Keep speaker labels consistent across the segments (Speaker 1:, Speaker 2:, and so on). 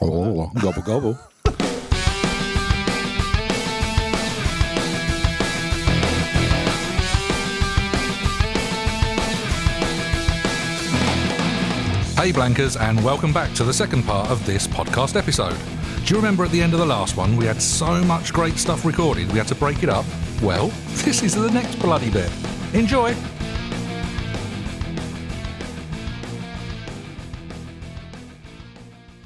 Speaker 1: Oh, gobble gobble.
Speaker 2: Hey, Blankers, and welcome back to the second part of this podcast episode. Do you remember at the end of the last one, we had so much great stuff recorded, we had to break it up? Well, this is the next bloody bit. Enjoy!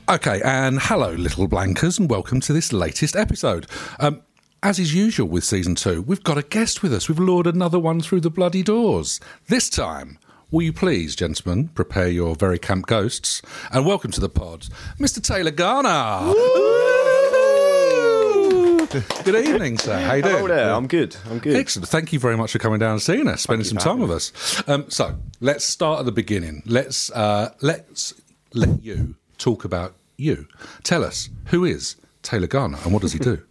Speaker 2: Okay, and hello, little blankers, and welcome to this latest episode. Um, as is usual with season two, we've got a guest with us. We've lured another one through the bloody doors. This time, will you please, gentlemen, prepare your very camp ghosts and welcome to the pod, Mr. Taylor Garner. Good evening, sir. How you doing?
Speaker 3: Hello there. I'm good. I'm good.
Speaker 2: Excellent. Thank you very much for coming down and seeing us, spending some time with us. Um, so let's start at the beginning. Let's uh, let's let you talk about you. Tell us who is Taylor Garner and what does he do?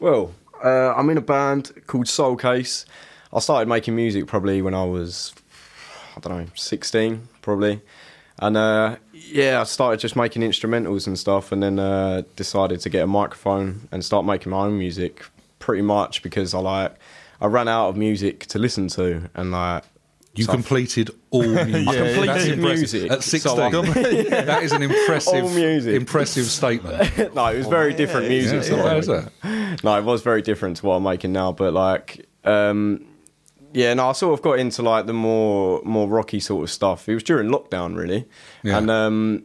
Speaker 3: Well, uh, I'm in a band called Soul Case. I started making music probably when I was, I don't know, 16 probably, and uh, yeah, I started just making instrumentals and stuff, and then uh, decided to get a microphone and start making my own music, pretty much because I like I ran out of music to listen to, and like
Speaker 2: You
Speaker 3: so I
Speaker 2: completed all music.
Speaker 3: completed
Speaker 2: That's impressive.
Speaker 3: music.
Speaker 2: at
Speaker 3: So
Speaker 2: 16.
Speaker 3: I-
Speaker 2: that is an impressive,
Speaker 3: All music.
Speaker 2: impressive statement.
Speaker 3: no, it was very different
Speaker 2: Yeah,
Speaker 3: music.
Speaker 2: Oh, it's
Speaker 3: to
Speaker 2: not
Speaker 3: what I
Speaker 2: bad,
Speaker 3: was
Speaker 2: is it?
Speaker 3: no, it was very different to what I'm making now, but like, um, yeah, no, I sort of got into like the more more rocky sort of stuff. It was during lockdown, really,
Speaker 2: Yeah.
Speaker 3: and um,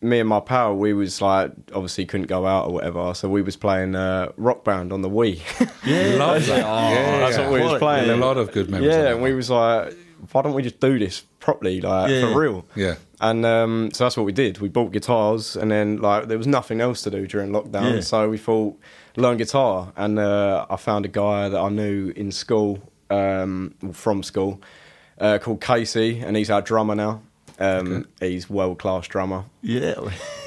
Speaker 3: me and my pal, we was like, obviously couldn't go out or whatever, so we was playing uh, rock band on the Wii.
Speaker 2: Love that. yeah,
Speaker 3: Oh, that's what we was playing.
Speaker 2: A lot of good memories. of
Speaker 3: yeah,
Speaker 2: that.
Speaker 3: and we was like, why don't we just do this properly, like for real?
Speaker 2: Yeah.
Speaker 3: And um, so that's what we did. We bought guitars, and then like there was nothing else to do during lockdown,
Speaker 4: Yeah.
Speaker 3: so we thought learn guitar. And uh, I found a guy that I knew in school, um, well, from school, uh, called Casey, and he's our drummer now. Um, He's world class drummer.
Speaker 4: Yeah,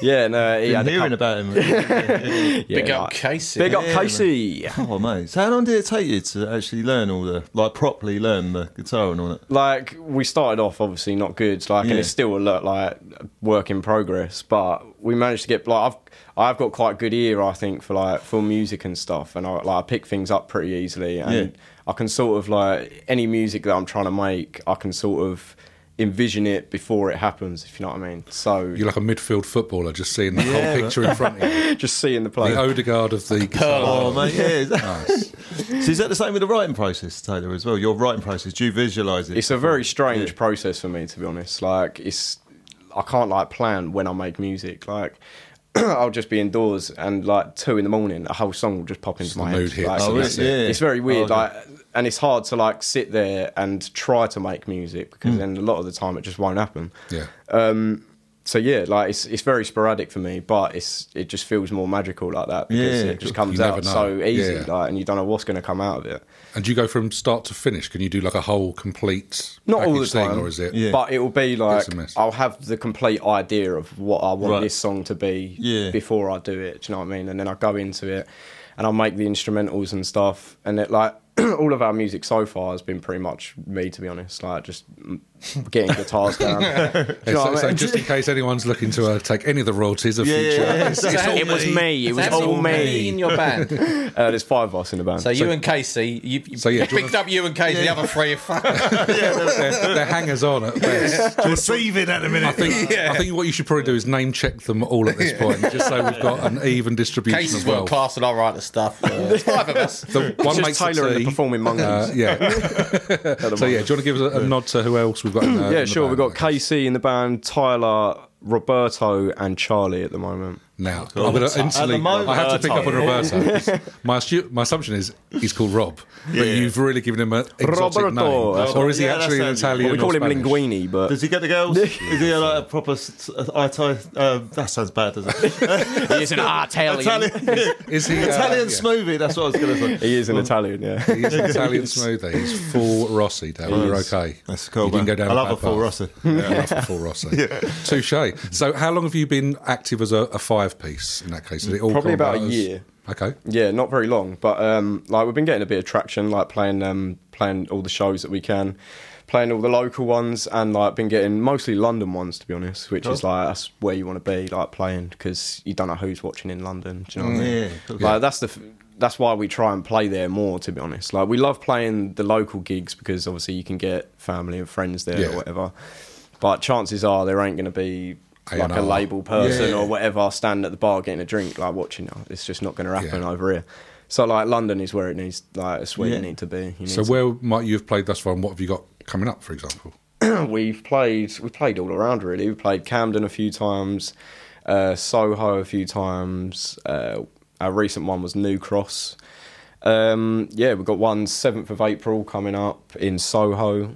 Speaker 3: Yeah, and uh, he
Speaker 4: been
Speaker 3: had a
Speaker 4: hearing
Speaker 3: couple-
Speaker 4: about him. Yeah.
Speaker 3: yeah,
Speaker 5: Big up
Speaker 3: like-
Speaker 5: Casey.
Speaker 3: Big up
Speaker 4: Yeah, man.
Speaker 3: Casey.
Speaker 4: oh, mate. So how long did it take you to actually learn all the like properly learn the guitar and all that?
Speaker 3: like we started off obviously not good like and
Speaker 4: Yeah.
Speaker 3: it's still a lot like a work in progress but we managed to get like i've i've got quite a good ear i think for like for music and stuff and i like i pick things up pretty easily and
Speaker 4: Yeah.
Speaker 3: i can sort of like any music that i'm trying to make i can sort of envision it before it happens if you know what i mean so
Speaker 2: You're like a midfield footballer, just seeing the
Speaker 4: Yeah,
Speaker 2: whole
Speaker 4: but-
Speaker 2: picture in front of you.
Speaker 3: just seeing the play
Speaker 2: The Odegaard of the guitar.
Speaker 4: Oh, mate, yeah. so is that the same with the writing process, Taylor, as well? Your writing process, do you visualise it?
Speaker 3: it's a very strange process for me to be honest like it's i can't like plan when i make music like i'll just be indoors and like two in the morning a whole song will just pop into
Speaker 2: the
Speaker 3: my
Speaker 2: mood
Speaker 3: head
Speaker 2: hits
Speaker 3: like,
Speaker 2: and
Speaker 4: Oh, that's really? it. Yeah.
Speaker 3: it's very weird
Speaker 4: Oh, okay.
Speaker 3: like and it's hard to like sit there and try to make music because then a lot of the time it just won't happen
Speaker 2: Mm. Yeah.
Speaker 3: so yeah like it's it's very sporadic for me but it's it just feels more magical like that because
Speaker 4: Yeah,
Speaker 3: it just
Speaker 4: cool.
Speaker 3: comes
Speaker 2: You never
Speaker 3: out
Speaker 2: know.
Speaker 3: so easy
Speaker 2: Yeah.
Speaker 3: like and you don't know what's going to come out of it
Speaker 2: And do you go from start to finish? Can you do like a whole complete
Speaker 3: not all the
Speaker 2: package thing,
Speaker 3: time,
Speaker 2: or is it?
Speaker 4: Yeah.
Speaker 3: But it will be like
Speaker 2: It's a mess.
Speaker 3: I'll have the complete idea of what I want
Speaker 4: Right.
Speaker 3: this song to be
Speaker 4: Yeah.
Speaker 3: before I do it. Do you know what I mean? And then I go into it, and I'll make the instrumentals and stuff. And it like all of our music so far has been pretty much me, to be honest. Like just mm, getting guitars down. Do you
Speaker 2: Yeah,
Speaker 3: know
Speaker 2: so,
Speaker 3: what I
Speaker 2: so
Speaker 3: mean?
Speaker 2: just in case anyone's looking to uh, take any of the royalties of
Speaker 4: Yeah, yeah,
Speaker 2: future,
Speaker 4: yeah.
Speaker 2: it's- it's all
Speaker 3: it was me. It was
Speaker 5: That's
Speaker 3: all
Speaker 5: me
Speaker 3: me.
Speaker 5: in your band.
Speaker 3: Uh, there's five of us in the band.
Speaker 5: So you and Casey, you, you
Speaker 2: So, yeah, do you
Speaker 5: picked up you and Casey. The other three are fucking.
Speaker 2: they're, they're hangers on at best.
Speaker 6: Receiving at the minute.
Speaker 2: I think I think what you should probably do is name check them all at this point, just so we've got an even distribution
Speaker 5: Casey's
Speaker 2: as
Speaker 5: world
Speaker 2: well.
Speaker 5: class, and I write the stuff. Uh, there's five of us.
Speaker 2: The one
Speaker 3: just
Speaker 2: makes
Speaker 3: Taylor
Speaker 2: the
Speaker 3: and
Speaker 2: tea.
Speaker 3: the performing
Speaker 2: Uh,
Speaker 3: monkeys.
Speaker 2: yeah.
Speaker 3: at the
Speaker 2: So yeah,
Speaker 3: moment.
Speaker 2: do you want to give us a, a nod to who else we've got? In, uh, in
Speaker 3: yeah,
Speaker 2: the
Speaker 3: sure. We've
Speaker 2: band?
Speaker 3: got KC in the band, Tyler, Roberto, and Charlie at the moment.
Speaker 2: Now, I'm going to instantly.
Speaker 4: At the moment- uh,
Speaker 2: I had to pick up on
Speaker 4: Yeah.
Speaker 2: Roberto. 'cause my assu- my assumption is he's called Rob, but you've really given him an exotic
Speaker 3: Roberto,
Speaker 2: name,
Speaker 3: that's
Speaker 2: or is he
Speaker 4: right. Yeah,
Speaker 2: actually an
Speaker 4: that sounds-
Speaker 2: Italian?
Speaker 3: Well, we
Speaker 2: or
Speaker 3: call him
Speaker 2: Spanish?
Speaker 3: Linguini, but
Speaker 4: Does he get the girls? Is he like a proper? s- uh, Ita- uh, that sounds bad, doesn't it?
Speaker 3: he is an Italian.
Speaker 4: Italian,
Speaker 2: Is he uh,
Speaker 4: Italian
Speaker 2: yeah.
Speaker 4: smoothie. That's what I was going to say.
Speaker 3: He is an Italian, yeah.
Speaker 2: He's an Italian smoothie. He's full Rossi, Dale. You're
Speaker 4: is.
Speaker 2: okay.
Speaker 4: That's cool,
Speaker 2: You didn't
Speaker 4: man.
Speaker 2: go down
Speaker 4: I
Speaker 2: a
Speaker 4: love
Speaker 2: bad
Speaker 4: a full
Speaker 2: path.
Speaker 4: Rossi.
Speaker 2: Yeah, I love a full Rossi. Touche. So, how long have you been active as a, a five piece in that case? Did it all
Speaker 3: Probably
Speaker 2: come
Speaker 3: about a
Speaker 2: as-
Speaker 3: year.
Speaker 2: Okay.
Speaker 3: yeah, not very long, but um, like we've been getting a bit of traction, like playing um, playing all the shows that we can. playing all the local ones and like been getting mostly London ones to be honest, which is
Speaker 4: Cool.
Speaker 3: like that's where you want to be like playing because you don't know who's watching in London. Do you know what I mean?
Speaker 4: Yeah, cool.
Speaker 3: Like that's the f- that's why we try and play there more. To be honest, like we love playing the local gigs because obviously you can get family and friends there
Speaker 2: Yeah.
Speaker 3: or whatever. But chances are there ain't going to be like
Speaker 2: A&R.
Speaker 3: a label person
Speaker 4: Yeah.
Speaker 3: or whatever standing at the bar getting a drink, like watching. you. It's just not going to happen
Speaker 2: Yeah.
Speaker 3: over here. So like London is where it needs, like it's where
Speaker 4: Yeah.
Speaker 3: you need to be. You need
Speaker 2: So
Speaker 3: to-
Speaker 2: where might you have played thus far, and what have you got coming up, for example?
Speaker 3: we've played we played all around really. We played Camden a few times, uh, Soho a few times. Uh, our recent one was New Cross. Um, yeah, we've got one 7th of April coming up in Soho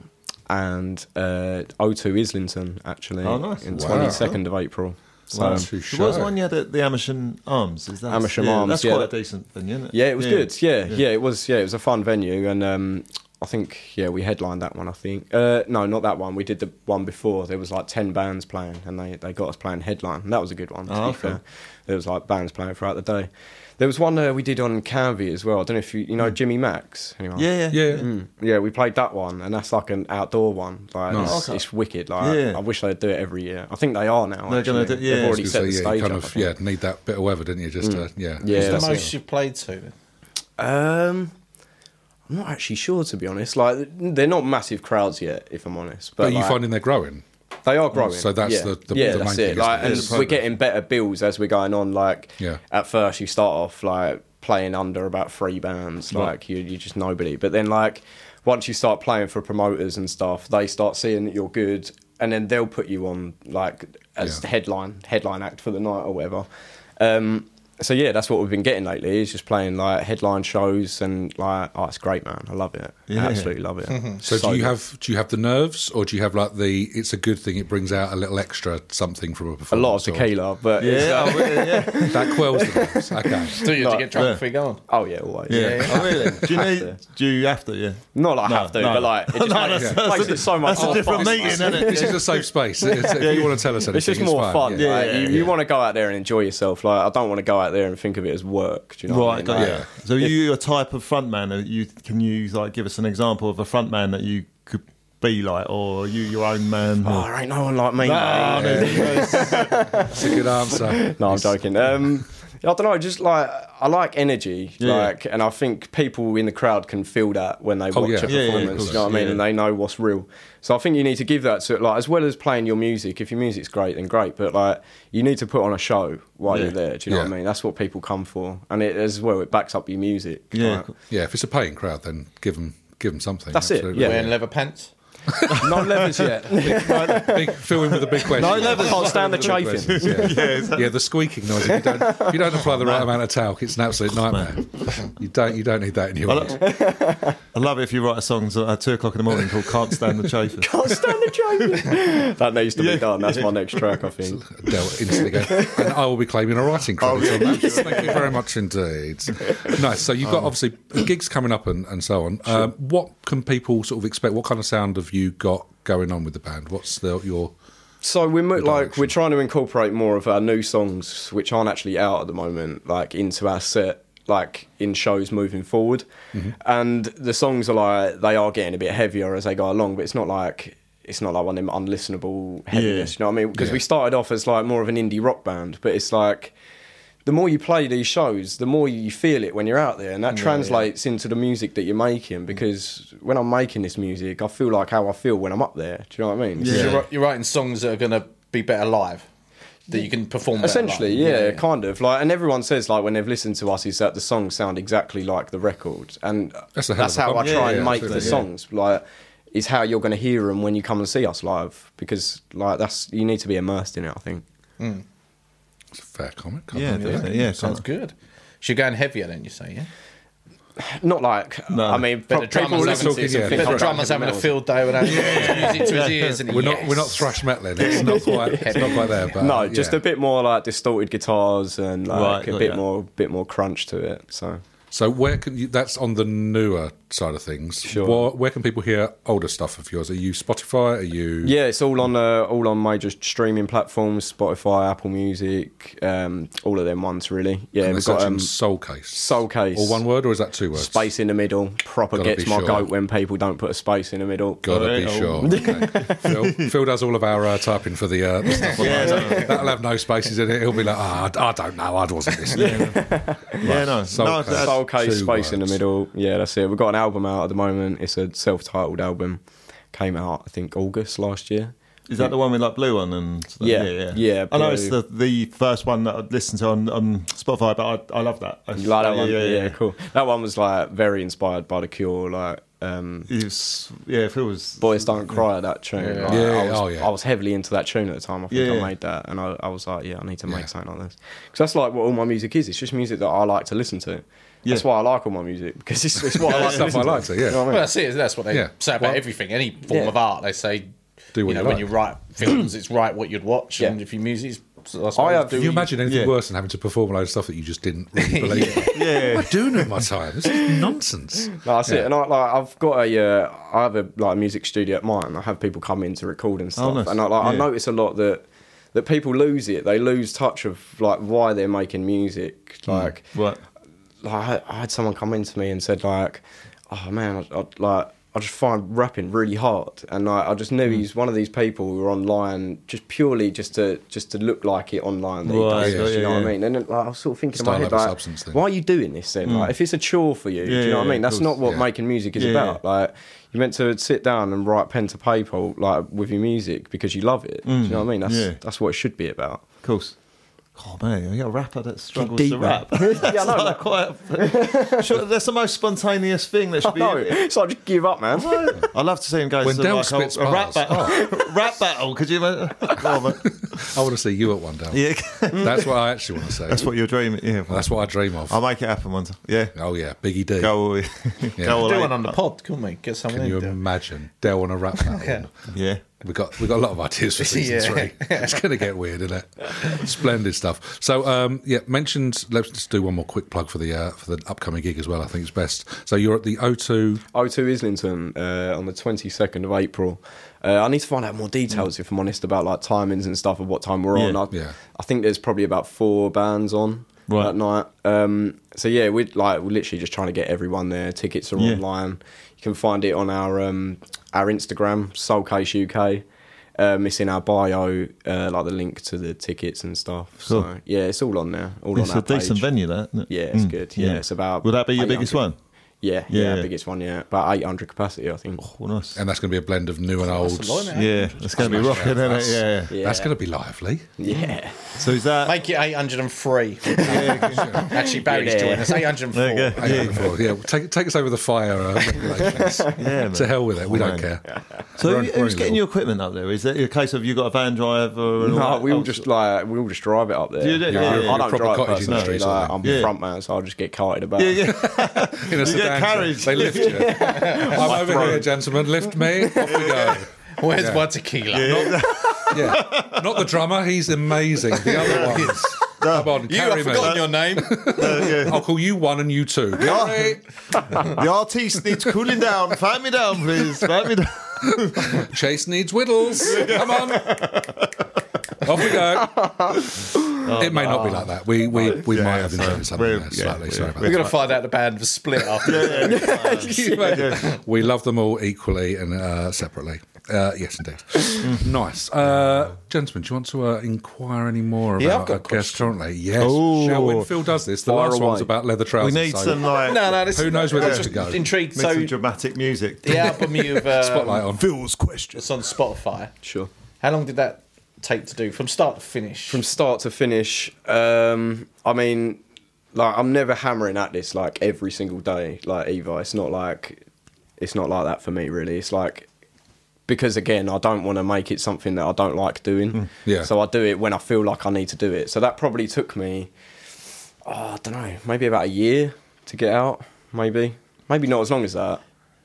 Speaker 3: and uh, O2 Islington actually
Speaker 4: Oh, nice.
Speaker 3: in
Speaker 2: Wow.
Speaker 3: 22nd of April. So
Speaker 4: Wow.
Speaker 2: too
Speaker 4: There was
Speaker 2: shy.
Speaker 4: one you had at the Amersham Arms. Is that
Speaker 3: Amersham
Speaker 4: yeah,
Speaker 3: Arms,
Speaker 4: That's
Speaker 3: yeah.
Speaker 4: quite a decent venue. Isn't it?
Speaker 3: Yeah, it was good. Yeah, yeah, it was. Yeah, it was a fun venue, and um, I think yeah, we headlined that one. I think uh, no, not that one. We did the one before. There was like ten bands playing, and they, they got us playing headline. That was a good one. To
Speaker 4: Oh,
Speaker 3: be
Speaker 4: okay.
Speaker 3: fair. there was like bands playing throughout the day. There was one uh, we did on Canvy as well. I don't know if you you know Jimmy Max. Anyone?
Speaker 4: Hmm. Yeah, yeah,
Speaker 2: Yeah.
Speaker 3: Mm, yeah, we played that one, and that's like an outdoor one. Like
Speaker 2: Nice.
Speaker 3: it's,
Speaker 4: Okay.
Speaker 3: it's wicked. Like
Speaker 4: Yeah.
Speaker 3: I wish they'd do it every year. I think they are now.
Speaker 4: They're gonna
Speaker 3: actually.
Speaker 4: do- yeah.
Speaker 3: They've
Speaker 4: I
Speaker 3: already
Speaker 2: You
Speaker 3: set
Speaker 2: say,
Speaker 3: the
Speaker 2: yeah,
Speaker 3: stage
Speaker 2: you kind
Speaker 3: up. I
Speaker 2: of
Speaker 3: think. Mm.
Speaker 2: yeah need that bit of weather, didn't you? Just uh, yeah,
Speaker 3: Yeah,
Speaker 5: What's
Speaker 3: that's
Speaker 5: the
Speaker 3: it.
Speaker 5: most you've played to?
Speaker 3: Um, I'm not actually sure to be honest. Like they're not massive crowds yet, if I'm honest. But,
Speaker 2: But are you
Speaker 3: like,
Speaker 2: finding they're growing?
Speaker 3: they are growing.
Speaker 2: So that's
Speaker 3: yeah.
Speaker 2: the- the-
Speaker 3: yeah,
Speaker 2: the
Speaker 3: that's
Speaker 2: main
Speaker 3: it.
Speaker 2: thing,
Speaker 3: Like,
Speaker 2: isn't it?
Speaker 3: and
Speaker 2: It's the
Speaker 3: we're
Speaker 2: progress.
Speaker 3: getting better bills as we're going on. Like
Speaker 2: Yeah.
Speaker 3: at first you start off like playing under about three bands,
Speaker 2: Right.
Speaker 3: like you you just nobody. But then like once you start playing for promoters and stuff, they start seeing that you're good, and then they'll put you on like as
Speaker 2: Yeah.
Speaker 3: the headline headline act for the night or whatever. Um, so yeah, that's what we've been getting lately. Is just playing like headline shows and like oh, it's great, man. I love it.
Speaker 4: Yeah.
Speaker 3: Absolutely love it.
Speaker 2: So, do you
Speaker 3: good.
Speaker 2: have do you have the nerves, or do you have like the? It's a good thing it brings out a little extra something from a
Speaker 3: a
Speaker 2: performance.
Speaker 3: lot of
Speaker 2: or-
Speaker 3: tequila, but it's,
Speaker 4: Yeah,
Speaker 3: uh,
Speaker 4: oh, really, yeah.
Speaker 2: that quells the nerves. Okay,
Speaker 5: Do you have
Speaker 3: Like-
Speaker 5: to get drunk
Speaker 4: Yeah.
Speaker 5: before you go on?
Speaker 3: oh yeah, always.
Speaker 4: Yeah.
Speaker 5: Yeah.
Speaker 4: Oh, really? Do you
Speaker 3: Have
Speaker 4: need? Do you have to? Yeah.
Speaker 3: Not like I
Speaker 4: No,
Speaker 3: have to,
Speaker 4: no.
Speaker 3: but like it just
Speaker 4: No,
Speaker 3: makes,
Speaker 4: that's-
Speaker 3: makes
Speaker 4: that's a-
Speaker 3: it so much.
Speaker 4: that's a
Speaker 3: more
Speaker 4: different
Speaker 3: fun.
Speaker 4: meeting,
Speaker 3: It's-
Speaker 4: isn't it?
Speaker 2: this is a safe space. It's- if you want to tell us anything,
Speaker 3: It's just more
Speaker 2: fine.
Speaker 3: fun.
Speaker 2: Yeah.
Speaker 3: like,
Speaker 4: Yeah,
Speaker 3: you,
Speaker 4: yeah.
Speaker 3: you want to go out there and enjoy yourself. Like I don't want to go out there and think of it as work. Do you know what I
Speaker 4: Right,
Speaker 3: mean?
Speaker 4: got
Speaker 3: Like,
Speaker 4: you. So, are you a type of frontman? Are You can you like give us an example of a frontman that you could be like, or are you your own man?
Speaker 3: Oh, there ain't no one like me.
Speaker 4: Ah,
Speaker 3: mate.
Speaker 4: no,
Speaker 2: That's a good answer.
Speaker 3: No, I'm joking. Um, I don't know. Just like I like energy,
Speaker 4: Yeah. Oh,
Speaker 3: like, and I think people in the crowd can feel that when they watch
Speaker 2: yeah. Yeah,
Speaker 3: a
Speaker 4: yeah, of
Speaker 3: performance.
Speaker 4: course.
Speaker 3: you know what I mean?
Speaker 4: Yeah.
Speaker 3: And they know what's real. So I think you need to give that to like as well as playing your music. If your music's great, then great. But like you need to put on a show while
Speaker 4: Yeah.
Speaker 3: you're there. Do you know
Speaker 2: Yeah.
Speaker 3: what I mean? That's what people come for, and it as well it backs up your music.
Speaker 4: Yeah,
Speaker 3: like,
Speaker 4: cool.
Speaker 2: Yeah, if it's a paying crowd, then give them give them something.
Speaker 3: That's it,
Speaker 2: absolutely.
Speaker 3: yeah.
Speaker 5: Wearing leather pants?
Speaker 3: not levers yet.
Speaker 2: Big, fill in with the big question.
Speaker 4: No levers.
Speaker 3: Can't stand the chafing.
Speaker 2: Yeah. Yeah, the squeaking noise. If you, don't, if you don't apply the right amount of talc, it's an absolute nightmare. You don't. You don't need that in your life.
Speaker 4: I love it if you write a song at two o'clock in the morning called "Can't Stand the Chafer."
Speaker 3: Can't stand the chafing. that needs to be done. That's my next track, I think.
Speaker 2: Dell instantly go, and I will be claiming a writing
Speaker 3: Oh,
Speaker 2: credit on that. Thank you very much indeed. Nice. So you've got
Speaker 3: Um,
Speaker 2: obviously gigs coming up and, and so on. Um, what can people sort of expect? What kind of sound have you got going on with the band? What's the, your
Speaker 3: So we're mo- like we're trying to incorporate more of our new songs, which aren't actually out at the moment, like into our set, like in shows moving forward.
Speaker 2: Mm-hmm.
Speaker 3: And the songs are like they are getting a bit heavier as they go along, but it's not like it's not like one of them unlistenable heaviness. You know what I mean? Because we
Speaker 2: Yeah.
Speaker 3: started off as like more of an indie rock band, but it's like the more you play these shows, the more you feel it when you're out there, and that translates into the music that you're making. Because when I'm making this music, I feel like how I feel when I'm up there. Do you know what I mean?
Speaker 4: Yeah.
Speaker 5: You're, wri- you're writing songs that are going to be better live, that you can perform better
Speaker 3: Essentially,
Speaker 5: live.
Speaker 3: yeah, kind of. Like, and everyone says like when they've listened to us, is that the songs sound exactly like the record, and
Speaker 2: That's
Speaker 3: that's,
Speaker 2: a hell of a
Speaker 3: how I
Speaker 2: compliment.
Speaker 3: try
Speaker 2: Yeah,
Speaker 3: and
Speaker 2: yeah,
Speaker 3: make the
Speaker 2: absolutely,
Speaker 3: songs. Like, is how you're going to hear them when you come and see us live, because like that's you need to be immersed in it. I think.
Speaker 2: it's a fair comment? Can't
Speaker 4: Yeah,
Speaker 2: argue with
Speaker 4: definitely. Yeah,
Speaker 5: Sounds
Speaker 4: can't-
Speaker 5: good. So you're going heavier then, you say, yeah?
Speaker 3: Not like
Speaker 4: No.
Speaker 3: I mean,
Speaker 5: But
Speaker 3: pro-
Speaker 5: the
Speaker 3: people
Speaker 5: drummer's
Speaker 3: listen
Speaker 5: having,
Speaker 3: to this
Speaker 2: yeah,
Speaker 3: and
Speaker 5: but
Speaker 3: think,
Speaker 5: the
Speaker 3: "Oh,
Speaker 5: drummer's
Speaker 3: heavy
Speaker 5: having a
Speaker 3: metal."
Speaker 5: field day without music to his ears. And
Speaker 2: We're
Speaker 5: yes.
Speaker 2: not we're not thrash metaling. It's not quite it's not quite there. But
Speaker 3: No, just
Speaker 2: yeah.
Speaker 3: a bit more like distorted guitars and like
Speaker 4: Right,
Speaker 3: a
Speaker 4: got
Speaker 3: bit
Speaker 4: ya.
Speaker 3: more, bit more crunch to it. So
Speaker 2: So where can you, that's on the newer side of things.
Speaker 3: Sure.
Speaker 2: Where, where can people hear older stuff of yours? Are you Spotify? Are you
Speaker 3: Yeah, it's all on uh, all on major streaming platforms: Spotify, Apple Music, um, all of them ones really. Yeah,
Speaker 2: And
Speaker 3: we've
Speaker 2: it's
Speaker 3: got
Speaker 2: actually
Speaker 3: um,
Speaker 2: Soul Case.
Speaker 3: Soul Case.
Speaker 2: Or one word, or is that two words?
Speaker 3: space in the middle. Proper
Speaker 2: Gotta
Speaker 3: gets
Speaker 2: be
Speaker 3: my
Speaker 2: sure.
Speaker 3: goat when people don't put a space in the middle.
Speaker 2: Gotta be
Speaker 4: Oh.
Speaker 2: sure. Okay. Phil, Phil does all of our uh, typing for the, uh, the stuff on
Speaker 4: Yeah,
Speaker 2: that.
Speaker 4: no.
Speaker 2: That'll have no spaces in it. He'll be like, ah, I I don't know. I wasn't listening.
Speaker 4: yeah, no,
Speaker 2: Soul
Speaker 4: no,
Speaker 2: Case.
Speaker 4: that's-
Speaker 3: Soul Case,
Speaker 2: two
Speaker 3: space in the
Speaker 2: words.
Speaker 3: middle. Yeah, that's it. We've got an album out at the moment. It's a self-titled album. Came out I think August last year.
Speaker 4: Is that the one with like blue on and stuff?
Speaker 3: Yeah, yeah,
Speaker 4: I know it's
Speaker 3: blue.
Speaker 4: the the first one that I listened to on, on Spotify, but I, I love that. I
Speaker 3: You like that
Speaker 4: yeah,
Speaker 3: one?
Speaker 4: Yeah, yeah,
Speaker 3: cool. That one was like very inspired by The Cure. Like, um,
Speaker 4: It was, yeah, if it was
Speaker 3: Boys Don't Cry that tune.
Speaker 5: Yeah.
Speaker 3: Like,
Speaker 2: Yeah,
Speaker 3: I was,
Speaker 2: oh, yeah.
Speaker 3: I was heavily into that tune at the time. I think
Speaker 4: Yeah.
Speaker 3: I made that, and I, I was like, yeah, I need to make
Speaker 2: Yeah.
Speaker 3: something like this because that's like what all my music is. It's just music that I like to listen to. That's
Speaker 4: Yeah.
Speaker 3: why I like all my music because it's, it's what I like. to
Speaker 2: Stuff I
Speaker 3: listen
Speaker 2: like to,
Speaker 3: You know
Speaker 2: yeah.
Speaker 3: what I
Speaker 5: Well,
Speaker 3: mean?
Speaker 5: that's it. That's what they
Speaker 2: Yeah.
Speaker 5: say about everything. Any form
Speaker 3: Yeah.
Speaker 5: of art, they say.
Speaker 2: Do what
Speaker 5: you know
Speaker 2: you
Speaker 5: when
Speaker 2: like.
Speaker 5: you write films, it's write what you'd watch, and
Speaker 3: Yeah.
Speaker 5: if you music, it's, I, suppose,
Speaker 3: have-
Speaker 5: do
Speaker 2: Can
Speaker 5: what
Speaker 2: you imagine anything
Speaker 4: Yeah.
Speaker 2: worse than having to perform a load of stuff that you just didn't really believe?
Speaker 4: Yeah.
Speaker 2: What am I doing with my time? This is nonsense.
Speaker 3: No, that's it. And I like I've got a uh, I have a like a music studio at mine. I have people come in to record and stuff.
Speaker 4: nice.
Speaker 3: And I like I
Speaker 4: Yeah.
Speaker 3: notice a lot that that people lose it. They lose touch of like why they're making music. Like
Speaker 4: What?
Speaker 3: like I I had someone come in to me and said like, "Oh man, I, I, like I just find rapping really hard," and like, I just knew
Speaker 4: Hmm.
Speaker 3: he's one of these people who are online just purely just to just to look like it online. That
Speaker 4: Right,
Speaker 3: he does,
Speaker 4: yeah,
Speaker 3: you know
Speaker 4: yeah,
Speaker 3: what
Speaker 4: yeah.
Speaker 3: I mean? And then, like, I was sort of thinking
Speaker 2: Style
Speaker 3: in my head
Speaker 2: over
Speaker 3: like,
Speaker 2: substance thing.
Speaker 3: "Why are you doing this then? Like, if it's a chore for you, do
Speaker 4: Hmm. Yeah,
Speaker 3: you know what
Speaker 4: yeah,
Speaker 3: I mean?
Speaker 4: of
Speaker 3: That's
Speaker 4: course,
Speaker 3: not what
Speaker 2: yeah.
Speaker 3: making music is
Speaker 4: Yeah,
Speaker 3: about. Like, you're meant to sit down and write pen to paper like with your music because you love it. Do you know what I mean? That's
Speaker 4: Hmm. yeah.
Speaker 3: that's what it should be about."
Speaker 4: Of course. Oh man, you got a rapper that struggles
Speaker 3: Deep
Speaker 4: to rap.
Speaker 3: yeah, I know.
Speaker 4: Like, quite- sure, that's the most spontaneous thing that should be.
Speaker 3: No, it's like just give up, man.
Speaker 4: I love to see him go
Speaker 2: When
Speaker 4: to
Speaker 2: Del
Speaker 4: like
Speaker 2: spits
Speaker 4: a, a rap
Speaker 2: bars. Oh.
Speaker 4: battle. rap battle, could you? imagine? Oh, man.
Speaker 2: I want to see you at one day.
Speaker 4: yeah,
Speaker 2: That's what I actually want to see.
Speaker 4: that's what you're dreaming. Yeah, well,
Speaker 2: That's what I dream of.
Speaker 4: I'll make it happen one time. Yeah,
Speaker 2: oh yeah, Biggie D.
Speaker 4: go all, go all
Speaker 5: do
Speaker 4: out.
Speaker 5: one on the pod, couldn't we? Get someone
Speaker 2: Can you
Speaker 5: in. there.
Speaker 2: imagine Dell on a rap battle?
Speaker 5: Yeah.
Speaker 4: Yeah.
Speaker 2: We got we got a lot of ideas for season
Speaker 5: Yeah.
Speaker 2: three. It's going to get weird, isn't it? Splendid stuff. So um, yeah, mentioned. Let's just do one more quick plug for the uh, for the upcoming gig as well. I think it's best. So you're at the O2.
Speaker 3: O2 Islington uh, on the 22nd of April. Uh, I need to find out more details, if I'm honest, about like timings and stuff of what time we're on.
Speaker 4: Yeah,
Speaker 3: I,
Speaker 2: yeah.
Speaker 3: I think there's probably about four bands on
Speaker 4: Right.
Speaker 3: that night. Um, so yeah, we're like we're literally just trying to get everyone there. Tickets are
Speaker 4: Yeah.
Speaker 3: online. You can find it on our um, our Instagram, Soulcase UK. Um, it's in our bio, uh, like the link to the tickets and stuff.
Speaker 4: Cool.
Speaker 3: So yeah, it's all on there. All
Speaker 4: It's
Speaker 3: on
Speaker 4: a
Speaker 3: our
Speaker 4: decent
Speaker 3: page.
Speaker 4: venue, that. Isn't it? Mm.
Speaker 3: Yeah, it's good. Yeah, it's about
Speaker 4: Would that be your biggest
Speaker 3: 800.
Speaker 4: one?
Speaker 3: Yeah,
Speaker 4: Yeah,
Speaker 3: yeah,
Speaker 4: yeah.
Speaker 3: biggest one, yeah. About 800 capacity, I think.
Speaker 4: Oh, nice.
Speaker 2: And that's going to be a blend of new and old.
Speaker 5: That's the line, eh?
Speaker 4: Yeah, it's going to be rocking, isn't it? Yeah. yeah.
Speaker 3: Yeah.
Speaker 2: That's going to be lively.
Speaker 3: Yeah.
Speaker 4: So is that?
Speaker 5: Make it 803. Actually, Barry's
Speaker 3: Yeah.
Speaker 5: joining us. 804.
Speaker 4: there you go. Yeah.
Speaker 2: Yeah, yeah well, take, take us over the fire uh, regulations.
Speaker 4: Yeah, man.
Speaker 2: to hell with it. We don't
Speaker 4: Fine.
Speaker 2: care.
Speaker 4: So
Speaker 2: Run-
Speaker 4: who-
Speaker 2: run
Speaker 4: who's getting
Speaker 2: little.
Speaker 4: your equipment up there? Is it a case of you got a van driver? And
Speaker 3: No,
Speaker 4: all
Speaker 3: we all
Speaker 4: that? Oh.
Speaker 3: just like we all just drive it up there.
Speaker 4: You do, yeah,
Speaker 3: I-
Speaker 4: yeah, yeah.
Speaker 3: I don't
Speaker 2: Proper
Speaker 3: drive
Speaker 2: cottage
Speaker 3: personally.
Speaker 2: industry sort of
Speaker 3: like,
Speaker 2: thing.
Speaker 3: I'm
Speaker 4: Yeah.
Speaker 3: front man, so I'll just get carted about.
Speaker 4: Yeah, yeah.
Speaker 2: In a sedan,
Speaker 4: carriage.
Speaker 2: They lift you. I'm over here, gentlemen. Lift me. Off we go.
Speaker 5: Where's
Speaker 2: Yeah.
Speaker 5: my tequila?
Speaker 2: Yeah. Not the drummer. He's amazing. The other ones. Come on,
Speaker 5: You
Speaker 2: carry
Speaker 5: have forgotten
Speaker 2: me.
Speaker 5: your name.
Speaker 2: I'll call you one and you two. Carry.
Speaker 4: the artiste needs cooling down. Fan me down, please. Fan me down.
Speaker 2: Chase needs whittles. Come on. Off we go. it may not be like that. We we, we
Speaker 4: Yeah,
Speaker 2: might have
Speaker 4: so
Speaker 2: invented something
Speaker 4: we're-
Speaker 2: there
Speaker 4: yeah,
Speaker 2: slightly. Sorry about
Speaker 4: we're- we're
Speaker 2: that.
Speaker 5: We're going to find out the band was split after.
Speaker 2: we love them all equally and uh, separately. Uh, yes, indeed.
Speaker 4: Mm-hmm.
Speaker 2: nice, uh, gentlemen. Do you want to uh, inquire any more
Speaker 5: Yeah,
Speaker 2: about
Speaker 5: I've got
Speaker 2: our guest currently? Yes.
Speaker 4: Oh.
Speaker 2: Shall we? Phil does this. The
Speaker 3: Fire
Speaker 2: last one's
Speaker 3: away.
Speaker 2: about leather
Speaker 4: We
Speaker 2: trousers.
Speaker 4: need
Speaker 2: so
Speaker 4: some uh, like
Speaker 5: No, no, this
Speaker 2: Who knows where
Speaker 5: I'm
Speaker 2: this
Speaker 5: just
Speaker 2: should go?
Speaker 5: Intrigued.
Speaker 4: make
Speaker 5: So
Speaker 4: some dramatic music.
Speaker 5: the album you've uh,
Speaker 2: spotlight on.
Speaker 4: Phil's question.
Speaker 5: It's on Spotify.
Speaker 3: Sure.
Speaker 5: How long did that take to do from start to finish?
Speaker 3: From start to finish, um, I mean, like I'm never hammering at this like every single day, like either. It's not like it's not like that for me really. It's like because again, I don't want to make it something that I don't like doing.
Speaker 2: Yeah.
Speaker 3: So I do it when I feel like I need to do it. So that probably took me oh, I don't know, maybe about a year to get out, maybe. Maybe not as long as that.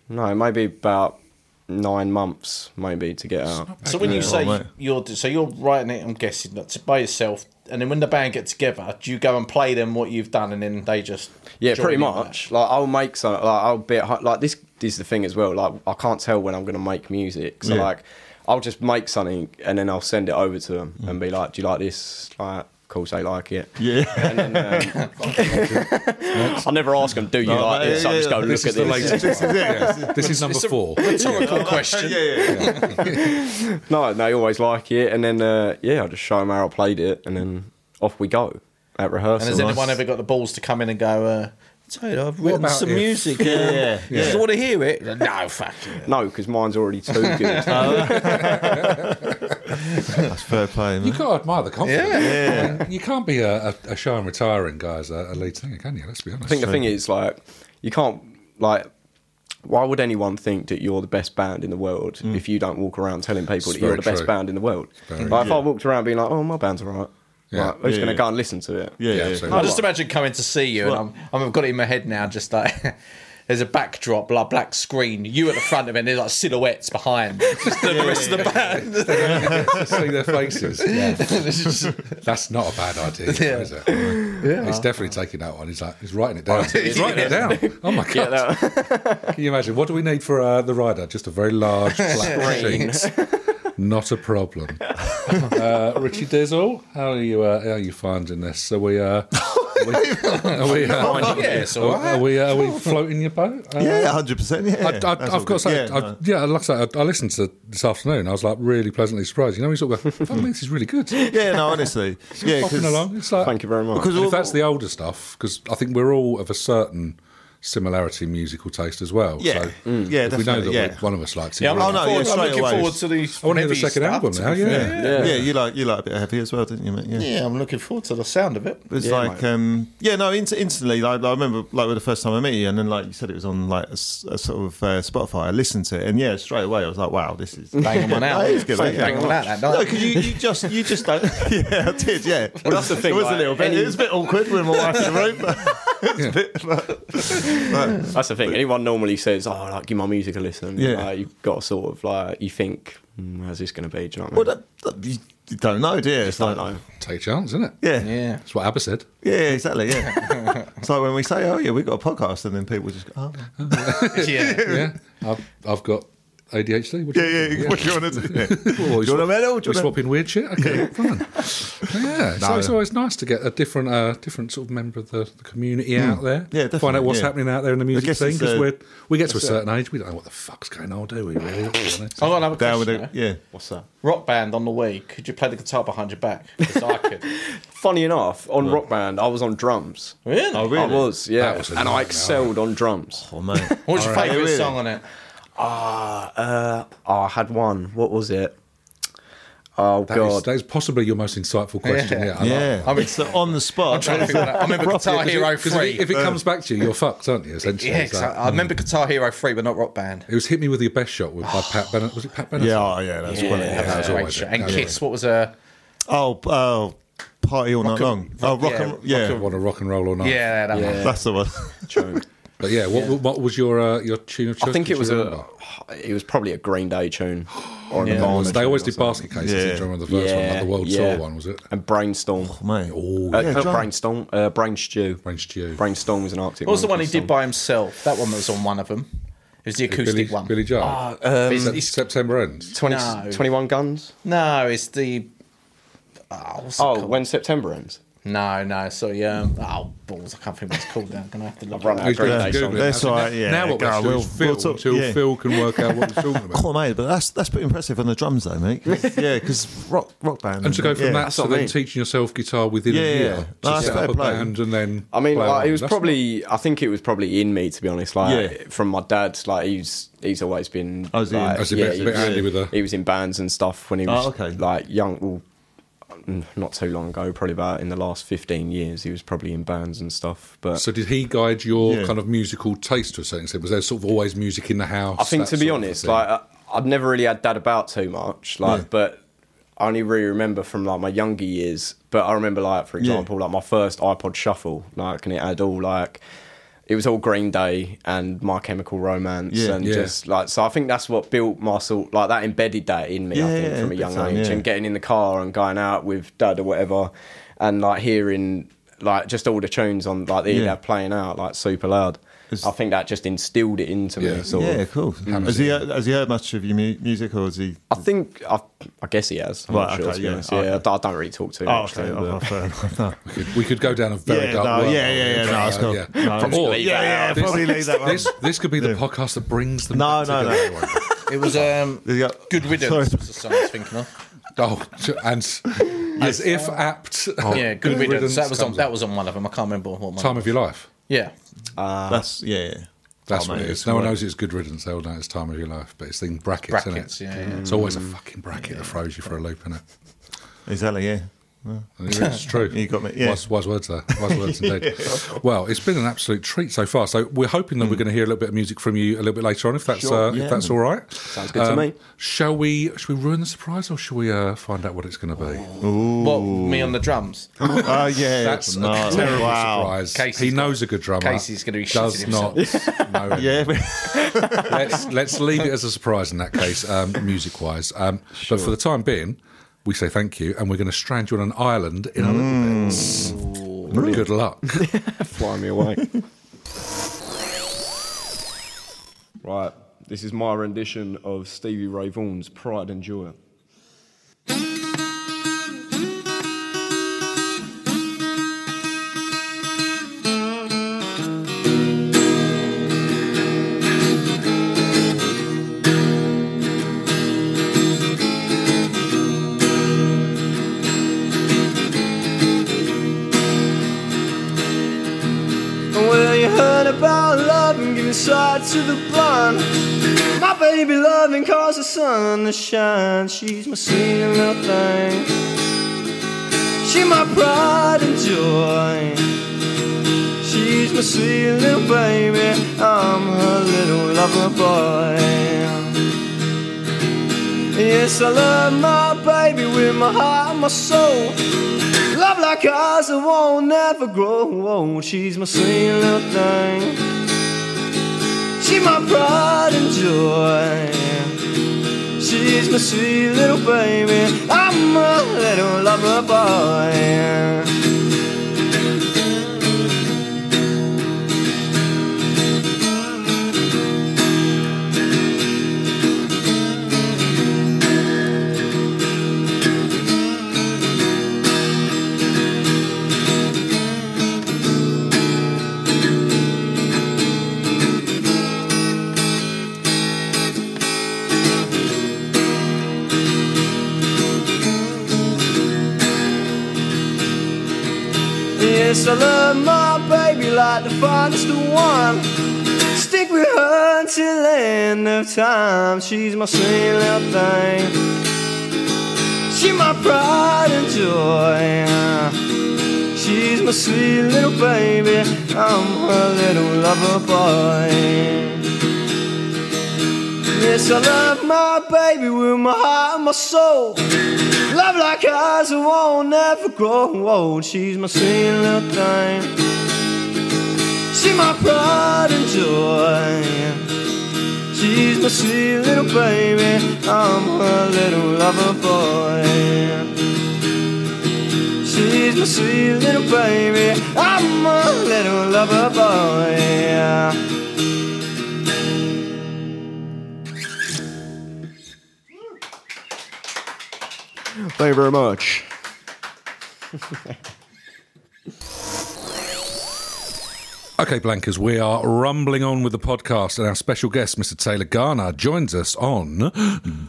Speaker 3: No, maybe about nine months, maybe, to get out.
Speaker 5: so when you
Speaker 4: Yeah.
Speaker 5: say
Speaker 4: Oh, mate.
Speaker 5: you're so you're writing it, I'm guessing that's by yourself and then when the band get together, do you go and play them what you've done, and then they just
Speaker 3: Yeah,
Speaker 5: join
Speaker 3: pretty
Speaker 5: in
Speaker 3: much. Like I'll make some. Like I'll be at, hu- like this. This is the thing as well. Like I can't tell when I'm going to make music. So
Speaker 4: Yeah.
Speaker 3: like I'll just make something and then I'll send it over to them and be like, "Do you like this? Like, cool, they like it."
Speaker 4: Yeah.
Speaker 3: And then, um, I never ask them, "Do you
Speaker 4: No,
Speaker 3: like
Speaker 4: no,
Speaker 3: this?" I
Speaker 4: yeah,
Speaker 3: just go
Speaker 4: yeah.
Speaker 3: look
Speaker 2: This
Speaker 3: at
Speaker 2: is the
Speaker 3: this.
Speaker 2: latest.
Speaker 4: This is it.
Speaker 2: Yeah. This is number four.
Speaker 5: Rhetorical question.
Speaker 4: yeah, yeah, yeah.
Speaker 3: No, they always like it, and then uh, yeah, I just show them how I played it, and then off we go at rehearsal.
Speaker 5: And has anyone ever got the balls to come in and go? Uh, so I've written
Speaker 2: about
Speaker 5: some
Speaker 2: if-
Speaker 5: music.
Speaker 4: Yeah,
Speaker 5: uh,
Speaker 4: yeah,
Speaker 5: Do
Speaker 4: yeah.
Speaker 5: you want to hear it? No, fuck it.
Speaker 3: No, because mine's already too good.
Speaker 4: That's fair play,
Speaker 2: You
Speaker 4: man.
Speaker 2: gotta admire the confidence.
Speaker 5: Yeah.
Speaker 4: Yeah.
Speaker 2: I mean, you can't be a, a, a shy and retiring guy as a, a lead singer, can you? Let's be honest.
Speaker 3: I think the thing is, like, you can't, like, why would anyone think that you're the best band in the world if you don't walk around telling people that you're
Speaker 2: very
Speaker 3: the best
Speaker 2: true.
Speaker 3: band in the world?
Speaker 2: very
Speaker 3: Like, if I walked around being like, oh, my band's all right,
Speaker 2: Yeah.
Speaker 3: like, I'm just
Speaker 4: Yeah,
Speaker 3: going to
Speaker 4: yeah.
Speaker 3: go and listen to it.
Speaker 4: Yeah, yeah,
Speaker 2: absolutely.
Speaker 5: I just imagine coming to see you,
Speaker 4: Well-
Speaker 5: and I'm, I've got it in my head now. Just like there's a backdrop, like black screen. You at the front of it, and there's like silhouettes behind. Just the rest of the band.
Speaker 2: see their faces.
Speaker 5: It's just-
Speaker 2: That's not a bad idea,
Speaker 5: Yeah.
Speaker 2: is it? Yeah. He's definitely taking that one. He's like, he's writing it down. He's writing it down. Oh my god!
Speaker 3: Yeah, that-
Speaker 2: Can you imagine? What do we need for uh, the rider? Just a very large black
Speaker 3: Screen.
Speaker 2: sheet. Not a problem. Uh, Richie Dizzle, how are you? Uh, how are you finding this? Are we? Uh, are we? Are we, uh,
Speaker 5: Finding it. Yes, all
Speaker 2: are, are we? Uh, are we floating your boat? Uh,
Speaker 4: Yeah, hundred percent. Yeah,
Speaker 2: I, I, I've got to say,
Speaker 4: yeah,
Speaker 2: I,
Speaker 4: no.
Speaker 2: yeah, like I said, I, I listened to this afternoon. I was like really pleasantly surprised. You know, we sort of go, "Fuck me, this is really good."
Speaker 4: yeah, no, honestly, yeah,
Speaker 2: Popping
Speaker 4: because
Speaker 2: along, it's like
Speaker 3: Thank you very much.
Speaker 4: because
Speaker 2: and
Speaker 4: all
Speaker 2: if that's the older stuff, because I think we're all of a certain similarity in musical taste as well.
Speaker 4: Yeah.
Speaker 2: so
Speaker 4: Mm. Yeah,
Speaker 2: if we know that
Speaker 4: definitely,
Speaker 2: we-
Speaker 4: yeah.
Speaker 2: one of us likes it.
Speaker 5: yeah, I'm
Speaker 2: we're
Speaker 4: Oh,
Speaker 5: looking,
Speaker 2: all-
Speaker 4: no, yeah,
Speaker 5: forward, I'm
Speaker 4: straight
Speaker 5: looking
Speaker 4: away.
Speaker 5: forward to the.
Speaker 2: I want to hear the second
Speaker 5: stuff,
Speaker 2: album
Speaker 5: to
Speaker 2: now.
Speaker 5: be
Speaker 2: Yeah,
Speaker 5: fair.
Speaker 4: yeah, you like you like a bit of heavy as well, didn't you, mate? Yeah.
Speaker 5: Yeah, I'm looking forward to the sound of it.
Speaker 4: It's
Speaker 3: Yeah,
Speaker 4: like, um, yeah, no, in- instantly. Like, I remember, like, the first time I met you, and then, like you said, it was on like a, s- a sort of uh, Spotify. I listened to it, and yeah, straight away, I was like, wow, this is
Speaker 5: Bang them on out.
Speaker 4: That is good,
Speaker 5: Bang
Speaker 4: yeah.
Speaker 5: them on out that
Speaker 4: No,
Speaker 5: night.
Speaker 4: because you, you just you just don't. yeah, I did. Yeah, well,
Speaker 3: that's the thing,
Speaker 4: It was
Speaker 3: like,
Speaker 4: a little bit.
Speaker 3: any-
Speaker 4: It was a bit awkward with my wife in the room. But it's a bit like,
Speaker 3: That's the thing. Anyone normally says, "Oh, like give my music a listen."
Speaker 4: Yeah.
Speaker 3: like, you've got to sort of like you think, mm, "How's this going to be?" Do you know
Speaker 4: well,
Speaker 3: what I mean?
Speaker 4: that, that, you, you don't know, do you? It's
Speaker 3: I
Speaker 4: like,
Speaker 3: don't know.
Speaker 2: take a chance, isn't it?
Speaker 4: yeah, yeah,
Speaker 5: Yeah.
Speaker 2: That's what Abba said.
Speaker 4: exactly. Yeah, it's like when we say, oh yeah, we got a podcast, and then people just go, oh,
Speaker 5: yeah.
Speaker 2: Yeah, I've, I've got ADHD. What do
Speaker 4: yeah,
Speaker 2: you-
Speaker 4: yeah, What do you want to do?
Speaker 2: Well,
Speaker 4: Do you want a medal? Do
Speaker 2: We're
Speaker 4: you want a-
Speaker 2: swapping weird shit. Okay, fine. Yeah, so
Speaker 4: No.
Speaker 2: it's always nice to get a different, uh, different sort of member of the, the community out there.
Speaker 4: Hmm. Yeah, definitely,
Speaker 2: Find out what's
Speaker 4: yeah.
Speaker 2: happening out there in the music
Speaker 4: guess
Speaker 2: scene
Speaker 4: it's, Oh,
Speaker 2: because
Speaker 4: uh,
Speaker 2: we're we get to a certain age, we don't know what the fuck's going on, do we? Really? Let's be honest.
Speaker 5: I've got another
Speaker 4: Down
Speaker 5: question.
Speaker 4: with it.
Speaker 5: though.
Speaker 4: Yeah.
Speaker 3: What's that?
Speaker 5: Rock band on the Wii. Could you play the guitar behind your back? 'Cause I could.
Speaker 3: Funny enough, on Rock Band, I was on drums.
Speaker 5: Really?
Speaker 4: Oh, really?
Speaker 3: I was, yeah,
Speaker 2: That was a
Speaker 3: and I
Speaker 2: nightmare.
Speaker 3: excelled on drums.
Speaker 4: Oh, mate.
Speaker 5: What's your favourite
Speaker 4: Really?
Speaker 5: song on it?
Speaker 3: Ah, uh, oh, I had one. What was it? Oh
Speaker 2: That is,
Speaker 3: god.
Speaker 2: that is possibly your most insightful question. Yeah, I like
Speaker 4: Yeah,
Speaker 2: that.
Speaker 4: I mean, it's the- on the spot.
Speaker 5: I'm trying to figure that out. I remember Guitar Hero
Speaker 2: 'Cause
Speaker 5: 3.
Speaker 2: if it, if it comes back to you, you're fucked, aren't you? Essentially,
Speaker 5: yeah,
Speaker 2: It's
Speaker 5: cause I,
Speaker 2: like-
Speaker 5: I remember Guitar Hero 3, but not Rock Band.
Speaker 2: it was hit me with your best shot with by Pat Bennett. Was it Pat Bennett?
Speaker 4: yeah, oh, yeah, that's quality.
Speaker 5: that
Speaker 2: that was
Speaker 5: was a great
Speaker 2: always
Speaker 5: show.
Speaker 2: it.
Speaker 5: And
Speaker 2: That was
Speaker 5: Kiss, what was a.
Speaker 4: Oh, oh, party all night
Speaker 5: and-
Speaker 4: long. Oh, rock
Speaker 5: yeah,
Speaker 4: and
Speaker 5: rock
Speaker 4: yeah,
Speaker 2: Want to rock and roll all night?
Speaker 5: Yeah, that one.
Speaker 3: Yeah.
Speaker 4: that's the one.
Speaker 3: True.
Speaker 2: But yeah, what, what was your uh, your tune of choice?
Speaker 3: I think
Speaker 2: Did
Speaker 3: it was
Speaker 2: you
Speaker 3: a.
Speaker 2: remember?
Speaker 3: It was probably a Green Day tune, or an
Speaker 5: Yeah.
Speaker 3: Nirvana
Speaker 2: they always
Speaker 3: tune or
Speaker 2: did basket cases.
Speaker 4: Yeah.
Speaker 2: Yeah. Do you remember the first one, like the World
Speaker 3: yeah.
Speaker 2: Tour one? Was it?
Speaker 3: And Brainstorm.
Speaker 4: Mate,
Speaker 2: Oh,
Speaker 3: Uh,
Speaker 2: yeah.
Speaker 3: not
Speaker 4: John.
Speaker 3: Brainstorm. Uh, Brain Stew.
Speaker 2: Brain Stew.
Speaker 3: Brainstorm was an Arctic.
Speaker 5: What was the one he
Speaker 3: Monkeys
Speaker 5: did by himself? That one was on one of them. It was the acoustic
Speaker 2: Billy,
Speaker 5: one.
Speaker 2: Billy Joe.
Speaker 5: Ah, It's-
Speaker 2: Sep-
Speaker 5: it's-
Speaker 2: September ends.
Speaker 3: song. 20,
Speaker 5: No.
Speaker 3: 21 Guns.
Speaker 5: no, uh, um, it's the. Oh, what's it
Speaker 3: Oh,
Speaker 5: called?
Speaker 3: when September ends.
Speaker 5: No, no, sorry. Um, oh, balls. I can't think what it's called now. I'm going to have to look
Speaker 3: run out.
Speaker 5: it up.
Speaker 2: Who's
Speaker 3: Green
Speaker 2: going
Speaker 3: Day
Speaker 2: to
Speaker 3: song.
Speaker 2: Google it?
Speaker 4: That's
Speaker 2: now.
Speaker 4: all right, yeah.
Speaker 2: Now what
Speaker 4: Yeah,
Speaker 2: we'll do
Speaker 4: we'll-
Speaker 2: is Phil,
Speaker 4: we'll talk-
Speaker 2: till
Speaker 4: yeah.
Speaker 2: Phil can work out what we're talking about.
Speaker 4: Oh, mate, but that's that's pretty impressive on the drums, though, mate. 'Cause- yeah, because rock rock band
Speaker 2: And to go from
Speaker 4: yeah.
Speaker 2: that
Speaker 3: that's
Speaker 2: to
Speaker 3: what I
Speaker 2: then
Speaker 3: mean.
Speaker 2: teaching yourself guitar within
Speaker 4: Yeah,
Speaker 2: a year,
Speaker 4: yeah.
Speaker 2: to
Speaker 4: No, that's
Speaker 2: set
Speaker 4: fair
Speaker 2: up a
Speaker 4: play.
Speaker 2: band and then.
Speaker 3: I mean,
Speaker 2: play
Speaker 3: like,
Speaker 2: along.
Speaker 3: it was
Speaker 2: That's
Speaker 3: probably. I think it was probably in me, to be honest. Like
Speaker 4: Yeah.
Speaker 3: from my dad, like he's he's always been.
Speaker 4: Oh, is he in-
Speaker 3: like,
Speaker 2: That's a
Speaker 3: yeah,
Speaker 2: bit,
Speaker 3: he
Speaker 2: a bit
Speaker 3: was-
Speaker 2: handy with her.
Speaker 3: he was in bands and stuff when he was
Speaker 4: Oh, okay.
Speaker 3: like young well, mm, not too long ago probably about in the last 15 years he was probably in bands and stuff but
Speaker 2: So did he guide your
Speaker 4: Yeah.
Speaker 2: kind of musical taste to a certain extent? Was there sort of always music in the house?
Speaker 3: i think
Speaker 2: that
Speaker 3: to be
Speaker 2: sort of
Speaker 3: honest
Speaker 2: thing?
Speaker 3: like I, i've never really had dad about too much like but i only really remember from like my younger years but i remember like for
Speaker 4: Yeah.
Speaker 3: example like my first ipod shuffle like and it had all like it was all Green Day and My Chemical Romance,
Speaker 4: Yeah.
Speaker 3: and
Speaker 2: Yeah.
Speaker 3: just like so. I think that's what built my sort like that embedded that in me. I
Speaker 4: Yeah,
Speaker 3: think from a
Speaker 4: big
Speaker 3: young
Speaker 4: time,
Speaker 3: age
Speaker 4: yeah.
Speaker 3: and getting in the car and going out with dad or whatever, and like hearing like just all the tunes on like the
Speaker 4: Yeah.
Speaker 3: ELAB playing out like super loud.
Speaker 4: It's-
Speaker 3: I think that just instilled it into
Speaker 2: Yeah.
Speaker 3: me. Sort
Speaker 4: yeah,
Speaker 3: of.
Speaker 4: cool. Has he uh, has he heard much of your mu- music, or has he?
Speaker 3: I think I, I guess he has. I'm
Speaker 4: Right,
Speaker 3: not sure,
Speaker 4: okay,
Speaker 3: to be
Speaker 4: yeah,
Speaker 3: honest. yeah.
Speaker 4: okay.
Speaker 3: I, I don't really talk too
Speaker 4: Oh,
Speaker 3: much.
Speaker 4: okay.
Speaker 3: to him,
Speaker 4: Oh,
Speaker 3: but-
Speaker 4: fair enough. No.
Speaker 2: Could- We could go down a very
Speaker 4: Yeah,
Speaker 2: dark
Speaker 4: no,
Speaker 2: wormhole.
Speaker 4: yeah, yeah, yeah, no, it's cool. No,
Speaker 2: From-
Speaker 4: just
Speaker 2: or-
Speaker 3: leave that
Speaker 4: Yeah, out. yeah, probably leave that one.
Speaker 2: This, this could be the podcast that brings them
Speaker 4: Um, No,
Speaker 2: back
Speaker 4: no,
Speaker 2: together.
Speaker 4: no.
Speaker 5: It was um,
Speaker 4: Has he got-
Speaker 5: Good Riddance
Speaker 4: Sorry.
Speaker 5: was the song I was thinking of.
Speaker 2: Oh, t- and as if apt.
Speaker 5: Oh. yeah, Good, Riddance. That was on.
Speaker 2: comes
Speaker 5: That was on one of them. I can't remember what one.
Speaker 2: Time of your life.
Speaker 5: yeah,
Speaker 4: Ah. That's yeah. yeah.
Speaker 2: That's
Speaker 4: Oh,
Speaker 2: what
Speaker 4: mate,
Speaker 2: it is.
Speaker 4: it's
Speaker 2: No one
Speaker 4: great.
Speaker 2: knows it's good riddance. They all know it's time of your life, but it's in brackets,
Speaker 5: Brackets,
Speaker 2: isn't
Speaker 5: yeah,
Speaker 2: it?
Speaker 5: yeah.
Speaker 2: It's always a fucking bracket that throws you for a loop, isn't it?
Speaker 4: Exactly. Yeah.
Speaker 2: It's true.
Speaker 4: You got me, yeah.
Speaker 2: Wise, wise words there. Wise words indeed. Well, it's been an absolute treat so far. So we're hoping that we're going to hear a little bit of music from you a little bit later on, if that's
Speaker 3: Sure,
Speaker 2: uh,
Speaker 4: Hmm. yeah.
Speaker 2: if that's all right. Um,
Speaker 3: Sounds good to me.
Speaker 2: Shall we? Shall we ruin the surprise, or shall we uh, find out what it's going to be?
Speaker 5: what me on the drums.
Speaker 4: Oh yeah. yeah.
Speaker 2: That's a
Speaker 4: No,
Speaker 2: terrible
Speaker 4: wow.
Speaker 2: surprise.
Speaker 5: Casey's
Speaker 2: he
Speaker 5: got-
Speaker 2: knows a good drummer.
Speaker 5: Casey's gonna be
Speaker 2: does
Speaker 5: shitting
Speaker 2: not know. it.
Speaker 4: Yeah.
Speaker 2: let's let's leave it as a surprise in that case, um, music wise. Um, But for the time being, we say thank you, and we're going to strand you on an island in a little bit. Good luck.
Speaker 3: fly me away. right, this is my rendition of Stevie Ray Vaughan's Pride and Joy. Well, you heard about love and giving sight to the blind. My baby loving cause the sun to shine. She's my singing little thing. She my pride and joy. She's my sweet little baby. I'm her little lover boy. Yes, I love my baby with my heart and my soul. Love like ours that won't never grow old. She's my sweet little thing. She's my pride and joy. She's my sweet little baby. I'm a little lover boy. Yes, I love my baby like the finest one. Stick with her till the end of time. She's my sweet little thing. She's my pride and joy. She's my sweet little baby. I'm her little lover boy. Yes, I love my baby with my heart and my soul. Love like ours that won't never grow old. She's my sweet little thing. She's my pride and joy. She's my sweet little baby. I'm her little lover boy. She's my sweet little baby. I'm a little lover boy. Thank you very much.
Speaker 2: Okay, Blankers, we are rumbling on with the podcast, and our special guest, Mr. Taylor Garner, joins us on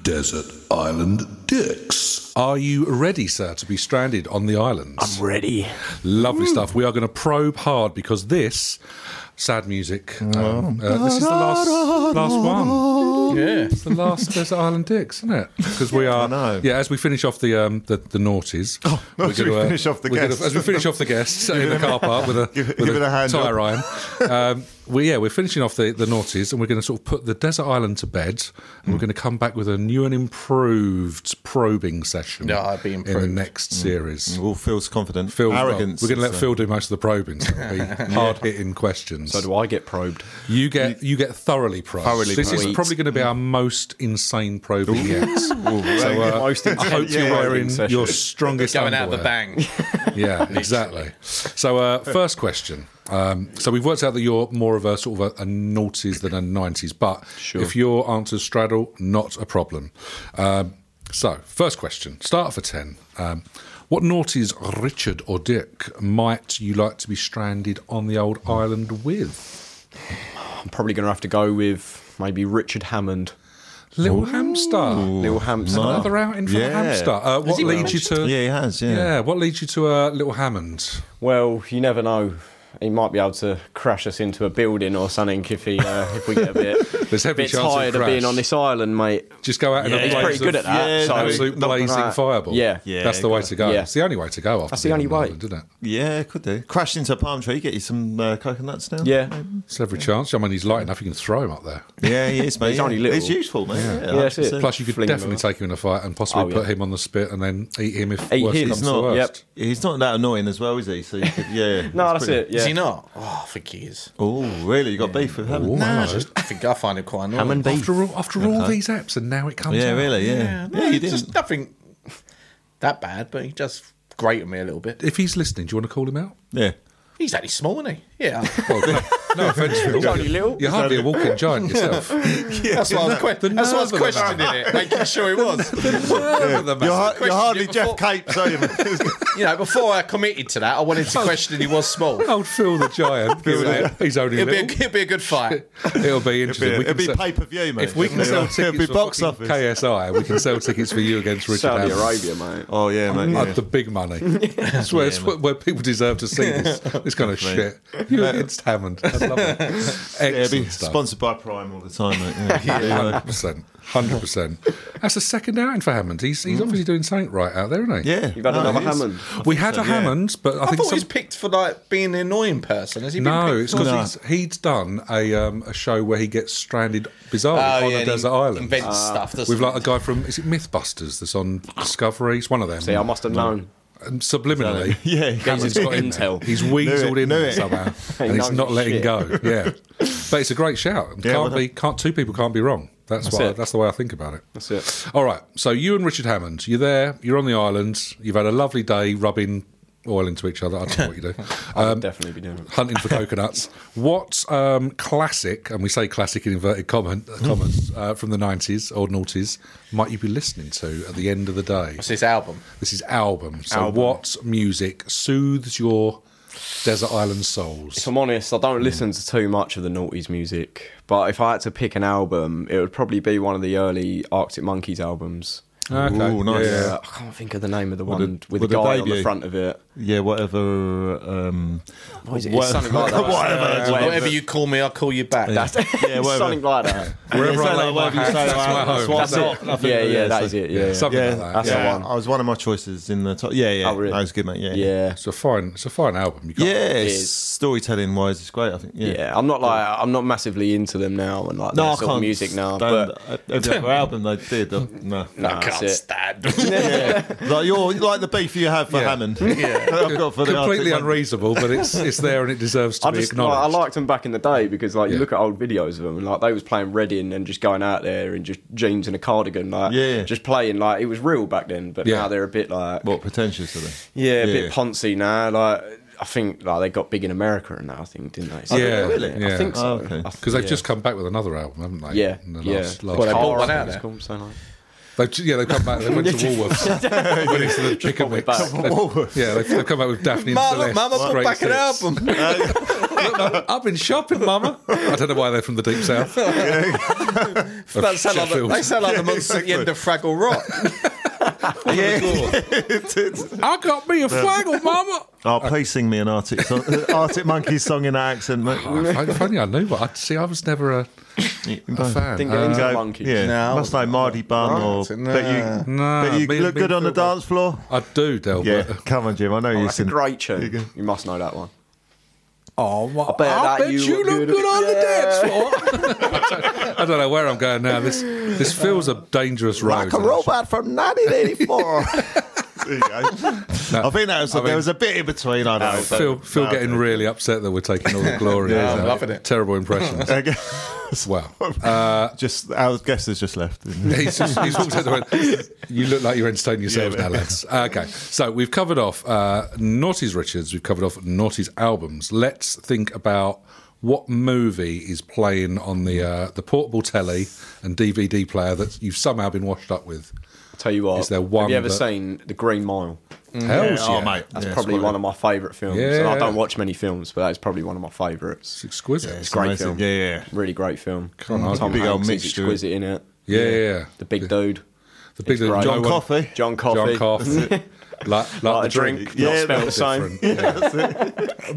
Speaker 2: Desert Island Dicks. Are you ready, sir, to be stranded on the islands?
Speaker 3: Ready.
Speaker 2: Lovely stuff. We are going to probe hard because this sad music.
Speaker 4: Oh.
Speaker 2: Um, uh, this is the last last one.
Speaker 5: Yeah.
Speaker 2: It's the last Desert Island Dicks, isn't it? Because we are.
Speaker 4: know.
Speaker 2: Yeah, as we finish off the um, the, the naughties. Oh,
Speaker 4: as we finish off the guests.
Speaker 2: as we finish off the guests in the car park with a,
Speaker 4: Give-
Speaker 2: with
Speaker 4: give it a hand
Speaker 2: tire
Speaker 4: up.
Speaker 2: Ryan. Um, we, yeah, we're finishing off the, the noughties and we're going to sort of put the desert island to bed and
Speaker 4: Hmm.
Speaker 2: we're going to come back with a new and improved probing session
Speaker 5: Yeah, I'd be
Speaker 2: in the
Speaker 5: improved.
Speaker 2: next
Speaker 4: Hmm.
Speaker 2: series.
Speaker 4: Well, Phil's confident.
Speaker 2: Phil,
Speaker 4: arrogance.
Speaker 2: We're going to let
Speaker 4: So-
Speaker 2: Phil do most of the probing. So it'll be hard hitting questions.
Speaker 3: So do I get probed?
Speaker 2: you get you get thoroughly priced.
Speaker 4: Thoroughly
Speaker 2: this is
Speaker 4: priced.
Speaker 2: probably going to be our most insane probe yet. so uh,
Speaker 3: Most
Speaker 2: I hope
Speaker 3: intense
Speaker 2: you're
Speaker 3: probing
Speaker 2: wearing
Speaker 3: session.
Speaker 2: your strongest
Speaker 5: Going out the
Speaker 2: underwear.
Speaker 5: bang.
Speaker 2: yeah, exactly. So, uh, first question. Um, so we've worked out that you're more of a sort of a, a noughties than a nineties, but if your answers straddle, not a problem. Um, so, first question. Start for ten. Um, what noughties, Richard or Dick, might you like to be stranded on the old island with?
Speaker 3: I'm probably going to have to go with maybe Richard Hammond.
Speaker 2: Little hamster.
Speaker 3: Little hamster.
Speaker 2: Another outing for
Speaker 4: Yeah.
Speaker 2: hamster. Uh, what
Speaker 5: he
Speaker 2: leads you to?
Speaker 4: Yeah, he has. Yeah.
Speaker 2: yeah, What leads you to uh, Little Hammond?
Speaker 3: Well, you never know. He might be able to crash us into a building or something if he uh, if we get a bit,
Speaker 2: There's every
Speaker 3: bit
Speaker 2: chance of
Speaker 3: tired of
Speaker 2: crash.
Speaker 3: being on this island, mate.
Speaker 2: Just go out and
Speaker 4: Yeah,
Speaker 2: a
Speaker 4: he's
Speaker 2: blaze
Speaker 4: pretty
Speaker 3: good
Speaker 2: of-
Speaker 3: at that,
Speaker 4: Yeah, so-
Speaker 2: absolute
Speaker 4: no,
Speaker 2: blazing
Speaker 3: right.
Speaker 2: fireball.
Speaker 3: Yeah.
Speaker 4: Yeah,
Speaker 2: that's the way to go.
Speaker 3: yeah.
Speaker 2: It's the only way to go. After
Speaker 3: That's the only
Speaker 2: Vietnam,
Speaker 3: way.
Speaker 2: isn't it?
Speaker 4: Yeah, could do. Crash into a palm tree, get you some uh, coconuts now.
Speaker 3: Yeah.
Speaker 2: It's every chance. I mean, he's light enough. You can throw him up there.
Speaker 4: Yeah, he is, mate.
Speaker 3: He's
Speaker 4: yeah.
Speaker 3: only little.
Speaker 4: He's useful, mate. Yeah,
Speaker 3: Yeah, that's it.
Speaker 4: 100%.
Speaker 2: Plus, you could
Speaker 3: Fling him
Speaker 2: definitely
Speaker 3: up.
Speaker 2: take him in a fight and possibly
Speaker 3: Oh, yeah.
Speaker 2: put him on the spit and then eat him if
Speaker 3: Eat
Speaker 2: worse
Speaker 3: him.
Speaker 2: comes
Speaker 3: He's
Speaker 4: He's
Speaker 2: to
Speaker 4: not.
Speaker 2: worst.
Speaker 3: yep.
Speaker 4: He's not that annoying as well, is he? So you could, yeah.
Speaker 3: No, that's it.
Speaker 5: Is
Speaker 3: Yeah.
Speaker 5: he not? Oh, I think he is.
Speaker 4: Oh, really? You got beef with him?
Speaker 2: Oh,
Speaker 5: Nah,
Speaker 2: hello.
Speaker 5: just- I think I find it quite annoying.
Speaker 3: Hammond beef.
Speaker 2: After all, after all these apps, and now it comes.
Speaker 4: Yeah,
Speaker 2: out.
Speaker 4: really. Yeah.
Speaker 5: Yeah,
Speaker 4: Yeah,
Speaker 5: no,
Speaker 4: you
Speaker 5: it's
Speaker 4: didn't.
Speaker 5: just nothing that bad, but he does grate on me a little bit.
Speaker 2: If he's listening, do you want to call him out?
Speaker 4: Yeah.
Speaker 5: He's only small, isn't he? Yeah.
Speaker 2: Well, no, no offense, Phil.
Speaker 3: only little.
Speaker 2: You're hardly a walking giant yourself.
Speaker 5: That's why I was, que-
Speaker 2: the
Speaker 5: that's why I was
Speaker 2: nerve of the
Speaker 5: questioning it, making sure he was.
Speaker 4: You're,
Speaker 2: yeah.
Speaker 4: har-
Speaker 5: question
Speaker 4: you're hardly
Speaker 5: you
Speaker 4: Jeff
Speaker 5: before-
Speaker 4: Capes, are you? mate?
Speaker 5: You know, before I committed to that, I wanted to question if he was small. It'll
Speaker 2: Old Phil the giant. he's only
Speaker 5: be, a,
Speaker 2: little.
Speaker 5: it'll be a good fight.
Speaker 2: It'll be interesting.
Speaker 4: It'd
Speaker 2: We
Speaker 4: be,
Speaker 2: can
Speaker 4: it'd be
Speaker 2: se-
Speaker 4: pay per view, mate.
Speaker 2: If we can
Speaker 4: It'd
Speaker 2: sell
Speaker 4: be- it'd be
Speaker 2: tickets for
Speaker 4: box
Speaker 2: fucking
Speaker 4: office.
Speaker 2: KSI, we can sell tickets for you against Richard
Speaker 3: Saudi
Speaker 2: Hammond.
Speaker 3: Arabia, mate.
Speaker 4: Oh yeah, mate.
Speaker 2: I'd
Speaker 4: yeah.
Speaker 2: the big money. That's where, it's where people deserve to see this, this kind of shit. You against Hammond. I love it.
Speaker 4: Yeah, it'd
Speaker 2: Excellent
Speaker 4: be
Speaker 2: stuff.
Speaker 4: sponsored by Prime all the time, mate. Yeah. Yeah.
Speaker 2: 100%. 100%. That's the second outing for Hammond. He's, he's obviously doing something right out there, isn't he?
Speaker 4: Yeah.
Speaker 3: You've had
Speaker 4: No,
Speaker 3: another
Speaker 4: it is.
Speaker 3: Hammond.
Speaker 2: We had
Speaker 4: so,
Speaker 2: a
Speaker 4: yeah.
Speaker 2: Hammond, but I
Speaker 5: I
Speaker 2: think
Speaker 5: thought he
Speaker 2: some,
Speaker 5: was picked for like being an annoying person. Has he been
Speaker 2: no,
Speaker 5: picked
Speaker 2: it's
Speaker 5: for-
Speaker 4: No.
Speaker 2: because he's, he's done a um, a show where he gets stranded bizarrely
Speaker 5: Oh,
Speaker 2: on
Speaker 5: yeah,
Speaker 2: a
Speaker 5: and
Speaker 2: desert
Speaker 5: he
Speaker 2: island.
Speaker 3: Ah.
Speaker 5: Invents stuff. doesn't
Speaker 2: We've
Speaker 5: he?
Speaker 2: like a guy from is it MythBusters that's on Discovery? It's one of them.
Speaker 3: See, I must have known.
Speaker 2: and subliminally,
Speaker 4: Yeah,
Speaker 2: Hammond's
Speaker 4: he's
Speaker 2: got in there.
Speaker 3: intel.
Speaker 2: He's weaseled
Speaker 4: Knew it,
Speaker 2: in
Speaker 4: knew
Speaker 2: there
Speaker 4: it.
Speaker 2: somehow, and
Speaker 3: He
Speaker 2: he's
Speaker 3: knows
Speaker 2: not
Speaker 3: his
Speaker 2: letting
Speaker 3: shit.
Speaker 2: go. Yeah, but it's a great shout. And
Speaker 4: Yeah,
Speaker 2: can't
Speaker 4: well
Speaker 2: be, can't two people can't be wrong. That's, why.
Speaker 3: it.
Speaker 2: That's the way I think about it.
Speaker 3: That's it.
Speaker 2: All right. So you and Richard Hammond, you're there. You're on the island. You've had a lovely day rubbing oil into each other. I don't know what you do. Um,
Speaker 3: Definitely be doing it.
Speaker 2: hunting for coconuts. What um, classic, and we say classic in inverted comment, comments, uh, from the 90s or noughties, might you be listening to at the end of the day?
Speaker 5: It's his album.
Speaker 2: This is album. So, what music soothes your desert island souls?
Speaker 3: If I'm honest, I don't listen to too much of the noughties music, but if I had to pick an album, it would probably be one of the early Arctic Monkeys albums.
Speaker 4: Ooh, nice.
Speaker 2: Yeah.
Speaker 3: Uh, I can't think of the name of the
Speaker 4: the-
Speaker 3: one with the
Speaker 4: with the
Speaker 3: guy on the
Speaker 4: debut.
Speaker 3: front of it.
Speaker 4: Yeah, whatever. Um,
Speaker 3: What is it? It's
Speaker 4: whatever-
Speaker 3: something like that.
Speaker 4: whatever.
Speaker 3: Whatever.
Speaker 5: Whatever you call me, I'll call you back.
Speaker 3: That's
Speaker 4: Yeah, whatever.
Speaker 3: something like that.
Speaker 2: Wherever
Speaker 4: Yeah,
Speaker 2: I
Speaker 4: so
Speaker 2: lay my
Speaker 4: like whatever you
Speaker 2: hand,
Speaker 4: say,
Speaker 2: that's
Speaker 4: like,
Speaker 2: my
Speaker 4: that's
Speaker 2: home.
Speaker 4: what I
Speaker 2: That's
Speaker 4: say.
Speaker 2: it.
Speaker 4: it. I think-
Speaker 3: yeah, yeah,
Speaker 4: yeah,
Speaker 3: that
Speaker 4: so-
Speaker 3: is it. Yeah, yeah.
Speaker 2: Something
Speaker 4: Yeah,
Speaker 2: like that.
Speaker 3: that's
Speaker 2: yeah.
Speaker 3: the
Speaker 4: yeah,
Speaker 3: one.
Speaker 4: I was one of my choices in the top. Yeah, yeah,
Speaker 3: Oh, really?
Speaker 4: that was good, mate. Yeah,
Speaker 3: yeah.
Speaker 2: It's a fine. It's a fine album. You got
Speaker 4: yeah. it's
Speaker 3: is.
Speaker 4: Storytelling wise, it's great. I think. Yeah,
Speaker 3: Yeah, I'm not like I'm not massively into them now and like that sort of music now.
Speaker 4: stand
Speaker 3: But
Speaker 4: e- every other album they did. uh, No,
Speaker 3: no,
Speaker 5: I
Speaker 3: Ah, that's
Speaker 5: can't
Speaker 3: it.
Speaker 5: stand.
Speaker 4: yeah, like your like the beef you have for
Speaker 2: Yeah.
Speaker 4: Hammond. Yeah, I've got for the
Speaker 2: completely
Speaker 4: Arctic Monkeys.
Speaker 2: unreasonable, but it's it's there and it deserves to
Speaker 3: I
Speaker 2: be
Speaker 3: just like, I
Speaker 2: acknowledged.
Speaker 3: liked them back in the day because like
Speaker 2: Yeah.
Speaker 3: you look at old videos of them and like they was playing Reading and just going out there and just jeans and a cardigan like
Speaker 4: Yeah.
Speaker 3: just playing like it was real back then. But
Speaker 2: Yeah.
Speaker 3: now they're a bit like
Speaker 4: What pretentious are they?
Speaker 3: yeah, a bit poncy now. Like I think like they got big in America and that I think didn't they? So-
Speaker 2: Yeah. Really?
Speaker 3: I
Speaker 2: Yeah.
Speaker 3: think so.
Speaker 4: Oh, okay.
Speaker 3: I th-
Speaker 2: because they've
Speaker 3: yeah.
Speaker 2: just come back with another album, haven't they?
Speaker 3: yeah,
Speaker 2: In the
Speaker 3: yeah.
Speaker 2: last- last
Speaker 5: Well, they
Speaker 2: year.
Speaker 5: bought one
Speaker 3: I
Speaker 5: out
Speaker 3: think it's
Speaker 5: there.
Speaker 3: called, something like-
Speaker 2: They've, ju- yeah, they've come back. They went to Woolworths. went into the pick and mix.
Speaker 3: back.
Speaker 2: They've- Yeah, they've, they've come back with Daphne and
Speaker 5: Mama,
Speaker 2: Celeste.
Speaker 5: Mama
Speaker 2: Great
Speaker 5: put back an
Speaker 2: hits.
Speaker 5: album.
Speaker 4: Uh,
Speaker 2: I've been shopping, Mama. I don't know why they're from the deep south. Of
Speaker 5: That sound like the,
Speaker 2: Sheffield.
Speaker 5: they sound like the months at the end of Fraggle Rock. yeah.
Speaker 2: I got me a flaggle, Mama.
Speaker 4: Oh, please sing me an Arctic song, uh, Arctic Monkeys song in that accent, mate.
Speaker 2: If Funny, I knew, but I see. I was never a, a fan.
Speaker 3: Didn't get
Speaker 2: Uh,
Speaker 3: into
Speaker 4: Go-
Speaker 3: monkeys.
Speaker 4: Yeah,
Speaker 5: No.
Speaker 4: must know Marty Bun or
Speaker 5: Right,
Speaker 4: but you,
Speaker 2: nah.
Speaker 4: but you
Speaker 2: Me-
Speaker 4: look
Speaker 2: me
Speaker 4: good
Speaker 2: and
Speaker 4: on the
Speaker 2: Phil
Speaker 4: dance floor.
Speaker 2: I do, Del.
Speaker 4: Yeah,
Speaker 2: but- uh,
Speaker 4: come on, Jim. I know you
Speaker 3: That's a
Speaker 4: sing.
Speaker 3: great
Speaker 4: You
Speaker 3: tune.
Speaker 4: can-
Speaker 3: You must know that one.
Speaker 2: Oh, I
Speaker 3: bet that
Speaker 2: bet
Speaker 3: you
Speaker 2: you
Speaker 3: look
Speaker 2: look
Speaker 3: good-
Speaker 2: good on the
Speaker 3: Yeah.
Speaker 2: dance floor. I, don't, I don't know where I'm going now. This this feels a dangerous road.
Speaker 4: from 1984. There you go. I think that was,
Speaker 2: I
Speaker 4: there
Speaker 2: mean-
Speaker 4: was a bit in between. I know. but-
Speaker 2: Phil, Phil
Speaker 4: No,
Speaker 2: getting really upset that we're taking all the glory.
Speaker 4: Yeah,
Speaker 2: isn't
Speaker 5: I'm
Speaker 2: it?
Speaker 5: loving it.
Speaker 2: Terrible impressions.
Speaker 4: okay.
Speaker 2: wow.
Speaker 4: just our guest has just left.
Speaker 2: He's, just, he's walked out the way. You look like you're entertaining yourselves now, lads. Okay, so we've covered off uh, Naughty's Richards. We've covered off Naughty's albums. Let's think about what movie is playing on the uh, the portable telly and DVD player that you've somehow been washed up with.
Speaker 3: Tell you what,
Speaker 2: Is there
Speaker 3: have
Speaker 2: one
Speaker 3: you ever
Speaker 2: that-
Speaker 3: seen The Green Mile?
Speaker 2: Hells yeah,
Speaker 4: Oh, mate,
Speaker 3: That's
Speaker 4: yeah, it's
Speaker 3: probably
Speaker 4: quite-
Speaker 3: one of my favourite films. And
Speaker 2: Yeah.
Speaker 3: I don't watch many films, but that is probably one of my favourites.
Speaker 2: It's exquisite.
Speaker 4: It's
Speaker 3: Great
Speaker 4: amazing.
Speaker 3: film.
Speaker 4: Yeah, yeah.
Speaker 3: Really great film.
Speaker 2: on, I'd
Speaker 3: Tom
Speaker 4: big old
Speaker 3: Hanks is
Speaker 4: Mitch Stewart.
Speaker 3: exquisite in it.
Speaker 2: Yeah, yeah, yeah.
Speaker 3: The big dude.
Speaker 2: the big John
Speaker 3: right.
Speaker 4: John
Speaker 2: one-
Speaker 4: Coffey.
Speaker 3: John
Speaker 2: John
Speaker 3: Coffee.
Speaker 2: Coffey. like, like
Speaker 3: Like
Speaker 2: the
Speaker 3: a drink,
Speaker 2: drink.
Speaker 3: not
Speaker 4: Yeah,
Speaker 3: spelled the
Speaker 4: that's
Speaker 3: same.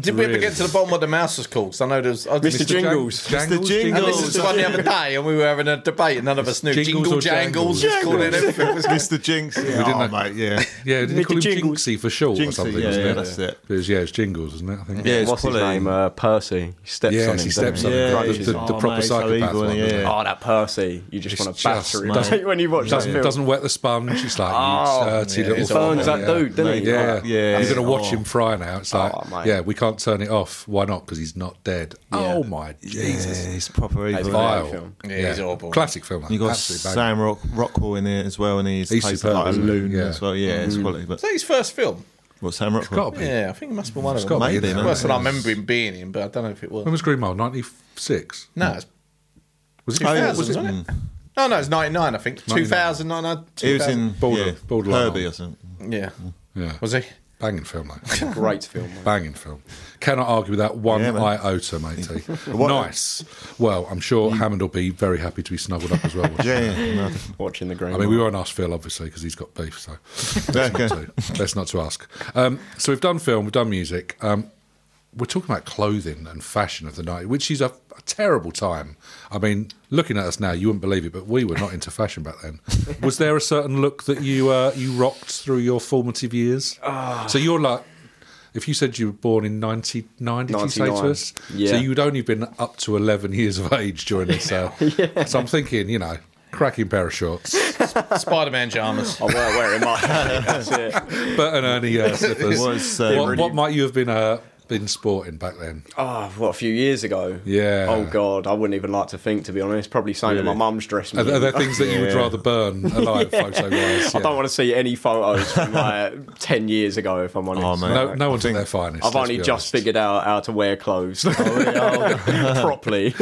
Speaker 5: Did we ever get to the bottom of what the mouse was called? 'Cause I know there was.
Speaker 3: Mr.
Speaker 5: Mr.
Speaker 3: Jing-
Speaker 5: Jing-
Speaker 3: Jingles.
Speaker 2: Jangles,
Speaker 4: Mr.
Speaker 5: And
Speaker 4: Jingles.
Speaker 5: this was the one the other day, and we were having a debate, and none of us knew.
Speaker 2: Jingles
Speaker 5: Jingle
Speaker 2: or
Speaker 5: jangles, just
Speaker 2: jangles?
Speaker 5: calling everything.
Speaker 4: Mr. Jinx. Yeah,
Speaker 2: didn't
Speaker 4: oh,
Speaker 2: know.
Speaker 4: mate, yeah.
Speaker 2: Yeah, did he
Speaker 3: Mr.
Speaker 2: call him
Speaker 3: Jingles.
Speaker 2: Jinxie for short or
Speaker 4: Jinxie,
Speaker 2: something?
Speaker 4: yeah,
Speaker 2: wasn't
Speaker 4: yeah,
Speaker 2: it?
Speaker 4: that's it.
Speaker 2: It was, yeah, it's Jingles, isn't it? I think.
Speaker 4: Yeah, it's
Speaker 3: What's his
Speaker 4: quality.
Speaker 3: name? Uh, Percy. He steps
Speaker 2: Yes,
Speaker 3: on him.
Speaker 2: he
Speaker 3: doesn't
Speaker 2: steps on
Speaker 4: Yeah,
Speaker 2: him. Right,
Speaker 4: he's-
Speaker 2: the, the
Speaker 4: oh,
Speaker 2: proper
Speaker 4: mate, so
Speaker 2: psychopath
Speaker 4: evil,
Speaker 2: one.
Speaker 4: yeah.
Speaker 2: isn't it?
Speaker 3: Oh, that Percy. You just
Speaker 2: It's
Speaker 3: want to
Speaker 2: just,
Speaker 3: batter him.
Speaker 2: mate.
Speaker 3: Don't you, when you watch that
Speaker 2: Doesn't,
Speaker 3: film?
Speaker 2: doesn't wet the sponge. It's like,
Speaker 3: Oh,
Speaker 2: you dirty
Speaker 5: yeah,
Speaker 2: little
Speaker 5: it's all
Speaker 2: fucker,
Speaker 3: that
Speaker 2: yeah.
Speaker 3: dude, doesn't he?
Speaker 2: Yeah,
Speaker 3: Oh,
Speaker 2: yeah.
Speaker 4: yeah.
Speaker 2: You're going to watch
Speaker 4: Oh.
Speaker 2: him fry now. It's like,
Speaker 3: Oh, mate.
Speaker 2: yeah, we can't turn it off. Why not? Because he's not dead. Oh, my Jesus.
Speaker 4: Yeah, he's proper
Speaker 3: That's
Speaker 4: evil.
Speaker 3: vile.
Speaker 2: Vile.
Speaker 4: innit?
Speaker 3: film.
Speaker 5: Yeah, he's horrible.
Speaker 2: Classic film.
Speaker 4: You
Speaker 2: You
Speaker 4: got
Speaker 2: Absolutely bad.
Speaker 4: Sam Rock, Rockwell in here as well, and he's,
Speaker 2: He's
Speaker 4: plays
Speaker 2: superb,
Speaker 4: like a
Speaker 2: isn't he?
Speaker 4: loon
Speaker 2: Yeah.
Speaker 4: as well. Yeah, it's quality. But
Speaker 5: Was that his first film?
Speaker 4: what Sam Rockwell?
Speaker 2: Got to be.
Speaker 5: Yeah, I think it must be one of
Speaker 2: got
Speaker 5: them.
Speaker 2: to be,
Speaker 4: Maybe,
Speaker 2: isn't it?
Speaker 4: no?
Speaker 5: Worse than I remember him being in, but I don't know if it was.
Speaker 2: When was Green Mile? 96?
Speaker 5: No, it's
Speaker 2: Was
Speaker 4: Oh,
Speaker 2: it?
Speaker 5: 2000,
Speaker 2: was it-
Speaker 5: wasn't Oh, it? Mm. No, no, it's 99, I think. 2009.
Speaker 4: He was in
Speaker 2: Border-
Speaker 4: yeah,
Speaker 2: Borderline.
Speaker 4: Herbie or something.
Speaker 5: uh, Yeah.
Speaker 2: Yeah.
Speaker 5: Was he?
Speaker 2: Banging film, though.
Speaker 3: Great film. mate.
Speaker 2: Banging film. Cannot argue with that one
Speaker 4: Yeah, man.
Speaker 2: iota, matey. nice. Well, I'm sure Hammond will be very happy to be snuggled up as well. won't he?
Speaker 4: Yeah, yeah. no.
Speaker 3: Watching the Green
Speaker 2: I mean, we won't ask Phil, obviously, because he's got beef, so
Speaker 4: Okay.
Speaker 2: that's not to ask. Um, so we've done film, we've done music. Um, we're talking about clothing and fashion of the night, which is a, a terrible time. I mean, looking at us now, you wouldn't believe it, but we were not into fashion back then. Was there a certain look that you uh, you rocked through your formative years? so you're like, if you said you were born in 1990, did you say to
Speaker 3: 99,
Speaker 2: us? So
Speaker 3: yeah.
Speaker 2: you'd only been up to 11 years of age during this. Uh, So I'm thinking, you know, cracking pair of shorts.
Speaker 5: Spider Man Jarmus.
Speaker 3: I weren't wearing my. That's it.
Speaker 2: But and Ernie uh, slippers.
Speaker 4: Was, uh,
Speaker 2: what, what might you have been uh, been sporting back then?
Speaker 3: Oh, what a few years ago.
Speaker 2: Yeah.
Speaker 3: Oh God, I wouldn't even like to think. To be honest, probably saying that my
Speaker 4: Really?
Speaker 3: mum's dressed me.
Speaker 2: Are, there- are there
Speaker 3: in.
Speaker 2: things that you would
Speaker 4: Yeah.
Speaker 2: rather burn alive, photo wise?
Speaker 3: I don't want to see any photos from like ten years ago. If I'm honest,
Speaker 4: Oh, man.
Speaker 2: No, no one's at
Speaker 4: think-
Speaker 2: their finest.
Speaker 3: I've
Speaker 2: let's
Speaker 3: only
Speaker 2: be
Speaker 3: just
Speaker 2: honest.
Speaker 3: figured out how to wear clothes properly.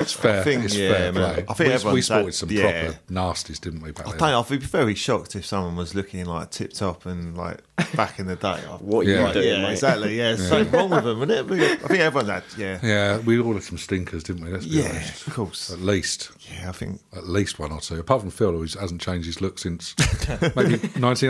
Speaker 2: It's fair.
Speaker 4: think-
Speaker 2: it's
Speaker 4: yeah,
Speaker 2: fair
Speaker 4: man.
Speaker 2: play.
Speaker 4: I think
Speaker 2: we, we
Speaker 4: everyone's
Speaker 2: sported
Speaker 4: had-
Speaker 2: some
Speaker 4: yeah.
Speaker 2: proper nasties, didn't we? Back then?
Speaker 4: I would be very shocked if someone was looking like tip top and like back in the day.
Speaker 3: What are you
Speaker 2: Yeah.
Speaker 4: yeah,
Speaker 3: doing, mate?
Speaker 4: exactly. Yeah, it's something wrong with them, isn't it? I think everyone's had. Yeah,
Speaker 2: yeah, we all had some stinkers, didn't we? Let's be
Speaker 4: yeah,
Speaker 2: honest. Um,
Speaker 4: of course.
Speaker 2: At least,
Speaker 4: Yeah, I think
Speaker 2: at least one or two. Apart from Phil, who hasn't changed his look since maybe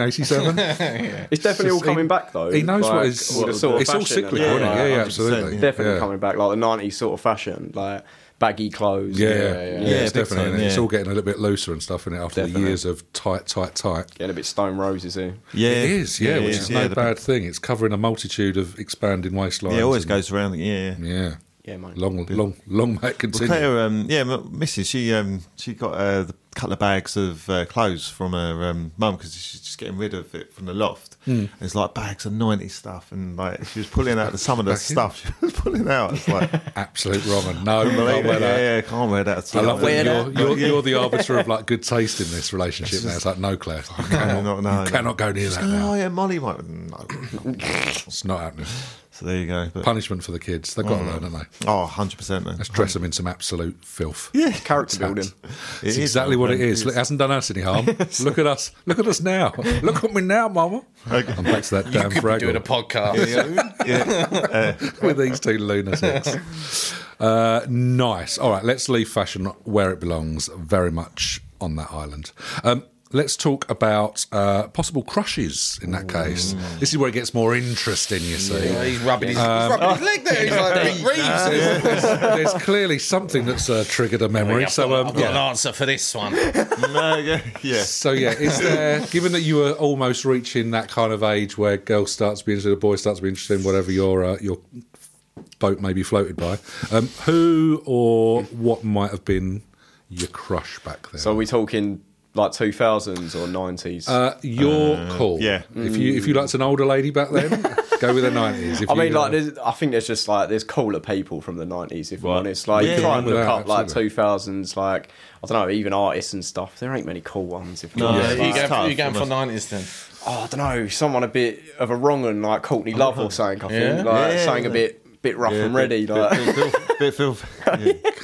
Speaker 2: 1987.
Speaker 3: It's definitely all
Speaker 2: just-
Speaker 3: coming
Speaker 2: he-
Speaker 3: back though.
Speaker 2: he knows what
Speaker 3: Like,
Speaker 2: is.
Speaker 3: all the sort of
Speaker 2: it's all
Speaker 3: fashion and
Speaker 2: cyclical, isn't
Speaker 3: that.
Speaker 2: it? Yeah, yeah,
Speaker 4: 100%,
Speaker 2: absolutely.
Speaker 4: yeah.
Speaker 3: Definitely
Speaker 2: yeah.
Speaker 3: coming back, like the '90s sort of fashion, like baggy clothes.
Speaker 2: Yeah,
Speaker 4: yeah.
Speaker 2: it's
Speaker 4: big
Speaker 2: definitely.
Speaker 4: time,
Speaker 2: It's
Speaker 4: yeah.
Speaker 2: all getting a little bit looser and stuff in it after the
Speaker 3: Definitely.
Speaker 2: years of tight, tight, tight.
Speaker 3: Getting a bit Stone Roses here.
Speaker 4: yeah,
Speaker 2: It is, yeah, which
Speaker 4: yeah.
Speaker 2: is
Speaker 4: Yeah,
Speaker 2: no
Speaker 4: the-
Speaker 2: bad thing. It's covering a multitude of expanding waistlines.
Speaker 4: Yeah, it always
Speaker 2: and-
Speaker 4: goes around. Yeah, yeah.
Speaker 2: Yeah,
Speaker 3: Yeah, mate.
Speaker 2: Long, long, long may it continue.
Speaker 4: Claire, um, yeah, m- Mrs. She um, she got uh, the couple of bags of uh, clothes from her um, mum because she's just getting rid of it from the loft.
Speaker 2: Hmm.
Speaker 4: And it's like bags of '90s stuff, and like she was pulling out the, some of the stuff she was pulling out. It's like,
Speaker 2: Absolute wrong. And no, can't
Speaker 4: yeah,
Speaker 2: wear that.
Speaker 4: yeah, can't wear that. At
Speaker 2: I
Speaker 4: all.
Speaker 2: love that you're, you're,
Speaker 4: Yeah.
Speaker 2: you're the arbiter of like good taste in this relationship now. It's like no, Claire, you cannot,
Speaker 4: no, no,
Speaker 2: you
Speaker 4: no.
Speaker 2: cannot go near that
Speaker 4: Oh
Speaker 2: now.
Speaker 4: yeah, Molly might. No.
Speaker 2: It's not happening.
Speaker 4: So there you go. But,
Speaker 2: Punishment for the kids. They've got to learn, haven't they?
Speaker 4: oh, 100 percent. Then
Speaker 2: Let's dress them in some absolute filth.
Speaker 3: Character building.
Speaker 4: It
Speaker 2: It's
Speaker 4: is,
Speaker 2: exactly
Speaker 4: my
Speaker 2: what it
Speaker 4: friend,
Speaker 2: is. Look, it hasn't done us any harm. Look at us. Look at us now. Look at me now, Mama. I'm back to that damn
Speaker 5: Could be doing a
Speaker 2: fraggle
Speaker 5: podcast.
Speaker 4: yeah,
Speaker 2: with these two lunatics. Uh, nice. All right, let's leave fashion where it belongs. Very much on that island. Um, let's talk about uh, possible crushes. In that case, this is where it gets more interesting. You see.
Speaker 5: Yeah, He's rubbing his,
Speaker 2: Um,
Speaker 5: he's rubbing
Speaker 2: oh.
Speaker 5: his leg there. He's like Pete Reeves.
Speaker 2: There's clearly something that's uh, triggered a memory.
Speaker 5: I've
Speaker 2: So,
Speaker 5: got-
Speaker 2: um,
Speaker 5: I've got
Speaker 2: yeah.
Speaker 5: an answer for this one.
Speaker 4: no, yeah, yeah.
Speaker 2: So yeah, is there given that you were almost reaching that kind of age where girl starts to be interested, a boy starts to be interested in whatever your uh, your boat may be floated by? Um, who or what might have been your crush back then?
Speaker 3: So are we talking like 2000s or 90s?
Speaker 2: Uh, your call.
Speaker 4: yeah.
Speaker 2: If you if you liked an older lady back then, go with the nineties. uh,
Speaker 3: I mean, like, there's, I think there's just like there's cooler people from the '90s. If
Speaker 4: Right.
Speaker 3: I'm honest, like
Speaker 4: Yeah,
Speaker 3: you try
Speaker 4: yeah,
Speaker 3: and look
Speaker 2: without-
Speaker 3: up like
Speaker 2: absolutely.
Speaker 3: 2000s, like I don't know, even artists and stuff. There ain't many cool ones. If I'm
Speaker 4: No,
Speaker 3: honest.
Speaker 4: yeah.
Speaker 5: you
Speaker 4: it's
Speaker 5: going,
Speaker 4: tough,
Speaker 5: you going for
Speaker 4: almost.
Speaker 5: nineties then?
Speaker 3: oh, I don't know, someone a bit of a wrong and like Courtney Love or something. I
Speaker 5: Yeah.
Speaker 3: think like
Speaker 4: Yeah,
Speaker 3: something a
Speaker 4: yeah.
Speaker 3: bit bit rough
Speaker 4: Yeah,
Speaker 3: and ready.
Speaker 4: bit-
Speaker 3: like
Speaker 4: bit, bit, filth- bit filth- yeah.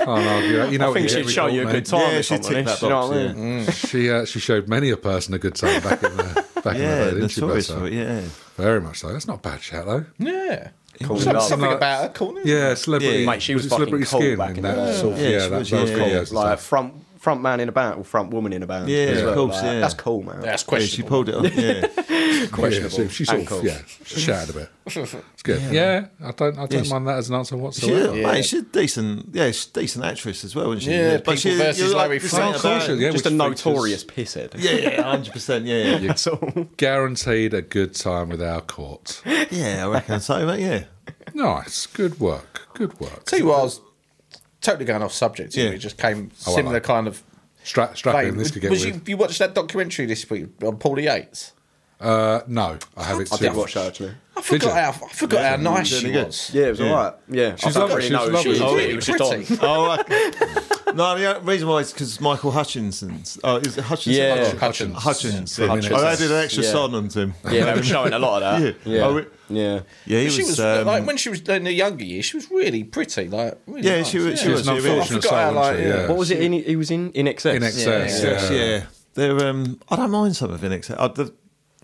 Speaker 2: can't argue. that. You know,
Speaker 3: I
Speaker 2: what
Speaker 3: think
Speaker 2: you get
Speaker 3: she'd
Speaker 2: with
Speaker 3: show you
Speaker 2: old
Speaker 3: a
Speaker 2: men.
Speaker 3: good time.
Speaker 4: Yeah,
Speaker 3: if
Speaker 4: she
Speaker 3: I'm
Speaker 4: ticked
Speaker 3: honest,
Speaker 4: that
Speaker 3: you know
Speaker 4: box,
Speaker 3: what I mean?
Speaker 4: yeah.
Speaker 2: She uh, she showed many a person a good time back in the back in the
Speaker 4: Yeah,
Speaker 2: day, didn't she?
Speaker 4: notorious
Speaker 2: bless her?
Speaker 4: for it, yeah.
Speaker 2: Very much so. That's not a bad chat though.
Speaker 5: Yeah.
Speaker 3: Courtney
Speaker 5: Some-
Speaker 3: Love.
Speaker 5: something
Speaker 2: Like-
Speaker 5: about her, Courtney.
Speaker 2: Yeah, celebrity.
Speaker 4: Yeah.
Speaker 3: Mate, she was
Speaker 2: it celebrity
Speaker 3: fucking cool
Speaker 2: skin
Speaker 3: back
Speaker 2: in
Speaker 3: in
Speaker 2: that
Speaker 3: the day.
Speaker 2: sort of, yeah,
Speaker 4: Yeah, she
Speaker 2: that,
Speaker 4: was,
Speaker 2: those
Speaker 4: yeah,
Speaker 2: videos
Speaker 4: yeah.
Speaker 2: and stuff.
Speaker 3: Like front front man in a band or front woman in a band.
Speaker 4: Yeah,
Speaker 3: as
Speaker 4: of
Speaker 3: well,
Speaker 4: course,
Speaker 3: like,
Speaker 4: yeah.
Speaker 3: That's cool, man.
Speaker 5: That's
Speaker 4: Yeah, she
Speaker 5: questionable.
Speaker 4: pulled it off. Yeah,
Speaker 2: Yeah, so she sort of,
Speaker 3: Ankles.
Speaker 2: yeah, shouted a bit. It's good. Yeah, I don't, I don't
Speaker 4: Yeah.
Speaker 2: mind that as an answer
Speaker 4: she,
Speaker 2: whatsoever.
Speaker 5: Yeah.
Speaker 4: Mate, she's a decent. Yeah, she's a decent actress as well, isn't she?
Speaker 5: Yeah, People
Speaker 4: she,
Speaker 5: versus
Speaker 4: you're like,
Speaker 5: Larry
Speaker 4: this
Speaker 5: Flint.
Speaker 4: ain't
Speaker 5: Of
Speaker 2: course,
Speaker 4: about-
Speaker 2: yeah.
Speaker 3: Just a
Speaker 2: which
Speaker 3: notorious pisshead.
Speaker 4: Yeah, yeah, hundred percent. Yeah, yeah,
Speaker 3: That's all.
Speaker 2: Guaranteed a good time with our court.
Speaker 4: yeah. I reckon so, mate. Yeah,
Speaker 2: nice, good work, good work.
Speaker 5: Tell you what, I was totally going off subject. Yeah.
Speaker 4: Yeah.
Speaker 5: It just came
Speaker 2: Oh, I
Speaker 5: similar
Speaker 2: like-
Speaker 5: kind of.
Speaker 2: Strap, strap
Speaker 5: vein.
Speaker 2: in. This could get
Speaker 5: was
Speaker 2: weird.
Speaker 5: you, you watched that documentary this week on Paulie Yates?
Speaker 2: Uh, no, I have it.
Speaker 3: I
Speaker 2: too.
Speaker 3: did watch that actually.
Speaker 5: I
Speaker 2: Did you?
Speaker 5: forgot how I forgot how nice
Speaker 4: really
Speaker 5: she
Speaker 4: good.
Speaker 5: was.
Speaker 3: Yeah, it was
Speaker 4: Yeah.
Speaker 3: alright. Yeah,
Speaker 2: She's
Speaker 3: I don't
Speaker 2: lovely,
Speaker 3: really
Speaker 2: she's
Speaker 3: know.
Speaker 2: lovely.
Speaker 3: She was
Speaker 2: Oh,
Speaker 3: really- it was just on.
Speaker 5: pretty.
Speaker 4: Oh, okay. no, the only reason why is because Michael Hutchinson. Oh, is it Hutchinson?
Speaker 3: Yeah.
Speaker 4: Hutchin-
Speaker 5: Hutchins.
Speaker 4: Hutchins.
Speaker 2: Yeah.
Speaker 4: Yeah.
Speaker 2: Hutchins.
Speaker 4: Oh, they did an extra
Speaker 3: Yeah.
Speaker 4: surname to him.
Speaker 3: Yeah, they were showing a lot of
Speaker 4: Yeah.
Speaker 3: that.
Speaker 4: Oh, re-
Speaker 3: Yeah.
Speaker 4: yeah, he
Speaker 5: She
Speaker 4: was.
Speaker 5: was
Speaker 4: um,
Speaker 5: like when she was in her younger years, she was really pretty. Like really
Speaker 4: yeah,
Speaker 5: nice.
Speaker 4: she was. She
Speaker 2: She was
Speaker 4: was.
Speaker 2: an
Speaker 4: yeah, really.
Speaker 2: unfortunate
Speaker 5: I forgot
Speaker 2: soul,
Speaker 5: how, like,
Speaker 2: wasn't she?
Speaker 5: yeah.
Speaker 2: Yeah.
Speaker 3: What was it? In, he was in in excess.
Speaker 2: In excess, yeah.
Speaker 4: Yeah. yeah. They're. Um, I don't mind some of Inexcess. Uh, the,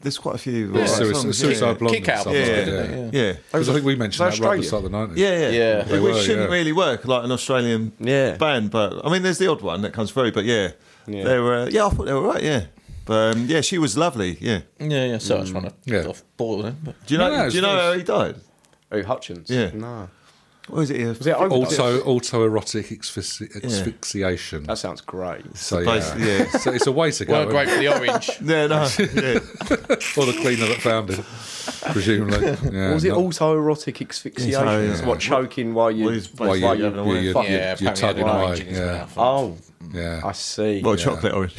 Speaker 4: there's quite a few.
Speaker 2: Yeah,
Speaker 4: right
Speaker 2: suicide,
Speaker 4: songs,
Speaker 2: suicide
Speaker 4: yeah.
Speaker 2: blonde.
Speaker 5: Kick
Speaker 2: and
Speaker 5: out,
Speaker 2: stuff
Speaker 4: Yeah,
Speaker 2: like
Speaker 4: yeah,
Speaker 2: that,
Speaker 4: yeah.
Speaker 2: yeah.
Speaker 4: yeah.
Speaker 2: 'Cause I think we mentioned that
Speaker 3: They're
Speaker 2: right at the
Speaker 3: Australian.
Speaker 2: start of the nineties.
Speaker 4: Yeah, yeah,
Speaker 5: Yeah. They
Speaker 4: Which
Speaker 2: were,
Speaker 4: shouldn't
Speaker 2: yeah.
Speaker 4: really work like an Australian
Speaker 3: Yeah.
Speaker 4: band, but I mean, there's the odd one that comes through. But yeah,
Speaker 3: Yeah.
Speaker 4: they were. Uh, yeah, I thought they were right. Yeah, but um, yeah, she was lovely. Yeah.
Speaker 5: yeah, yeah. So I just want to
Speaker 2: Yeah.
Speaker 5: off boil them. But
Speaker 4: Do you know?
Speaker 2: No, no,
Speaker 4: do you
Speaker 2: it's-
Speaker 4: know how he died?
Speaker 3: Oh, Hutchins.
Speaker 4: Yeah.
Speaker 3: No.
Speaker 4: What was it? Here?
Speaker 3: Was it overdose?
Speaker 2: Also, also erotic asphyxi- asphyxiation.
Speaker 3: That sounds great.
Speaker 2: so yeah,
Speaker 4: Basically, yeah.
Speaker 2: so it's a way to go.
Speaker 5: weren't
Speaker 2: isn't it?
Speaker 5: great for the orange.
Speaker 4: Yeah, no. Yeah.
Speaker 2: or the cleaner that found it, presumably. Yeah,
Speaker 3: was it
Speaker 2: not-
Speaker 3: autoerotic asphyxiation?
Speaker 4: Yeah.
Speaker 3: It's What choking while you?
Speaker 4: Well, he's
Speaker 2: Why
Speaker 4: basically
Speaker 2: you,
Speaker 4: having
Speaker 2: you,
Speaker 4: a
Speaker 2: you,
Speaker 4: wee-
Speaker 2: you,
Speaker 5: yeah,
Speaker 2: you, you're
Speaker 5: apparently
Speaker 2: tugging
Speaker 5: had an orange
Speaker 2: away.
Speaker 5: in his
Speaker 2: Yeah,
Speaker 5: mouth.
Speaker 3: oh,
Speaker 2: yeah.
Speaker 3: I see.
Speaker 4: Well, chocolate orange.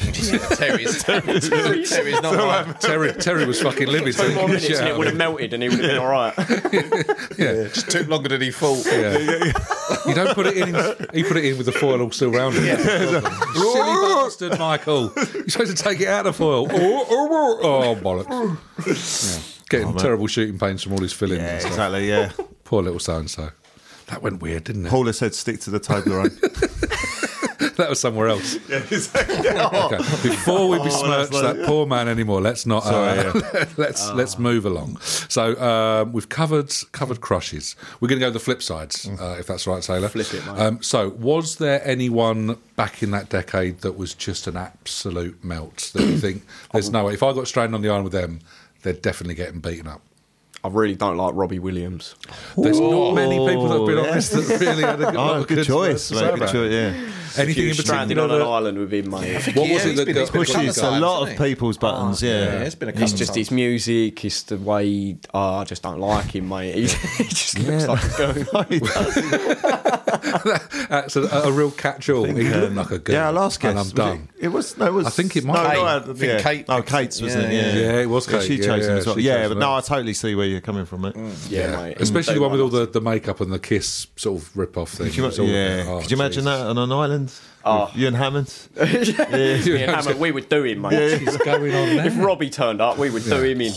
Speaker 5: Terry's Terry's Terry's not right.
Speaker 2: Terry, Terry was fucking livid.
Speaker 3: Two
Speaker 2: taking the
Speaker 3: more minutes
Speaker 2: shit
Speaker 3: and
Speaker 2: out
Speaker 3: it
Speaker 2: of
Speaker 3: would have
Speaker 2: him.
Speaker 3: melted and he would have been all right.
Speaker 2: Yeah,
Speaker 5: Just took longer than he thought.
Speaker 2: yeah. You don't put it in. He put it in with the foil all still round it. You Silly bastard, Michael. You're supposed to take it out of the foil. Oh, oh, oh, oh, bollocks! Yeah. Getting terrible shooting pains from all his fillings.
Speaker 4: yeah,
Speaker 2: and stuff.
Speaker 4: exactly. Yeah.
Speaker 2: Poor little so and so. That went weird, didn't it?
Speaker 4: Paula said, "Stick to the Toblerone."
Speaker 2: That was somewhere else.
Speaker 4: yeah, exactly. Oh.
Speaker 2: Okay. Before we besmirch
Speaker 4: that's like- Ah.
Speaker 2: that poor man anymore, let's not. Uh,
Speaker 4: Sorry,
Speaker 2: let's let's move along. So um, we've covered covered crushes. We're going to go the flip sides, uh, if that's all right, Taylor.
Speaker 3: Flip it, mate.
Speaker 2: Um, so was there anyone back in that decade that was just an absolute melt that you think there's no way? If I got stranded on the island with them, they're definitely getting beaten up.
Speaker 3: I really don't like Robbie Williams.
Speaker 2: There's not many people that have been
Speaker 4: yeah.
Speaker 2: on this that really had a good, lot
Speaker 4: Oh,
Speaker 2: of
Speaker 4: good choice,
Speaker 2: words to say
Speaker 4: mate. Good
Speaker 2: about it.
Speaker 4: choice. Yeah.
Speaker 2: Anything
Speaker 3: You're
Speaker 2: in
Speaker 3: stranded
Speaker 2: particular?
Speaker 3: on an
Speaker 2: that-
Speaker 3: island with him, mate.
Speaker 2: what
Speaker 5: Yeah,
Speaker 2: was it
Speaker 5: he's
Speaker 2: that got-
Speaker 5: been- he's been
Speaker 2: got you
Speaker 5: couple
Speaker 4: Pushes
Speaker 5: of
Speaker 2: guys?
Speaker 4: a
Speaker 5: times,
Speaker 4: lot
Speaker 5: hasn't
Speaker 4: of
Speaker 5: he?
Speaker 4: people's
Speaker 2: Oh,
Speaker 4: buttons.
Speaker 5: Yeah,
Speaker 4: Yeah.
Speaker 5: it's been a couple
Speaker 3: It's just
Speaker 5: of
Speaker 3: his
Speaker 5: times.
Speaker 3: music, it's the way he, oh, I just don't like him, mate. He, he just looks
Speaker 4: Yeah.
Speaker 3: like a goon.
Speaker 2: That's a, a real catch-all. He looked
Speaker 4: Um,
Speaker 2: like a girl.
Speaker 4: Yeah, our last guest.
Speaker 2: And I'm
Speaker 4: was
Speaker 2: done.
Speaker 4: It, it was. No, it was.
Speaker 2: I think it might
Speaker 4: No,
Speaker 2: be.
Speaker 4: no, I
Speaker 5: Kate. I think
Speaker 4: yeah.
Speaker 5: Kate-
Speaker 4: Oh, Kate's, wasn't
Speaker 5: Yeah,
Speaker 4: it?
Speaker 5: yeah.
Speaker 4: Yeah,
Speaker 2: Yeah, it was Kate.
Speaker 4: She
Speaker 2: Yeah,
Speaker 4: chose him
Speaker 2: yeah,
Speaker 4: as well.
Speaker 2: she chose Mm.
Speaker 4: Yeah,
Speaker 2: him
Speaker 4: but no, I totally see where you're coming from, mate.
Speaker 3: Yeah, mate.
Speaker 2: Especially the one with all
Speaker 3: Don't
Speaker 2: the, the makeup and the kiss sort of rip off thing.
Speaker 4: Could you,
Speaker 2: It's all
Speaker 4: ima- yeah.
Speaker 2: about, oh,
Speaker 4: Could you imagine
Speaker 2: Jesus.
Speaker 4: that on an island?
Speaker 3: Oh.
Speaker 4: With You and Hammond?
Speaker 3: Me and Hammond, we would do him, mate.
Speaker 2: What is going on there?
Speaker 3: If Robbie turned up, we would do him in.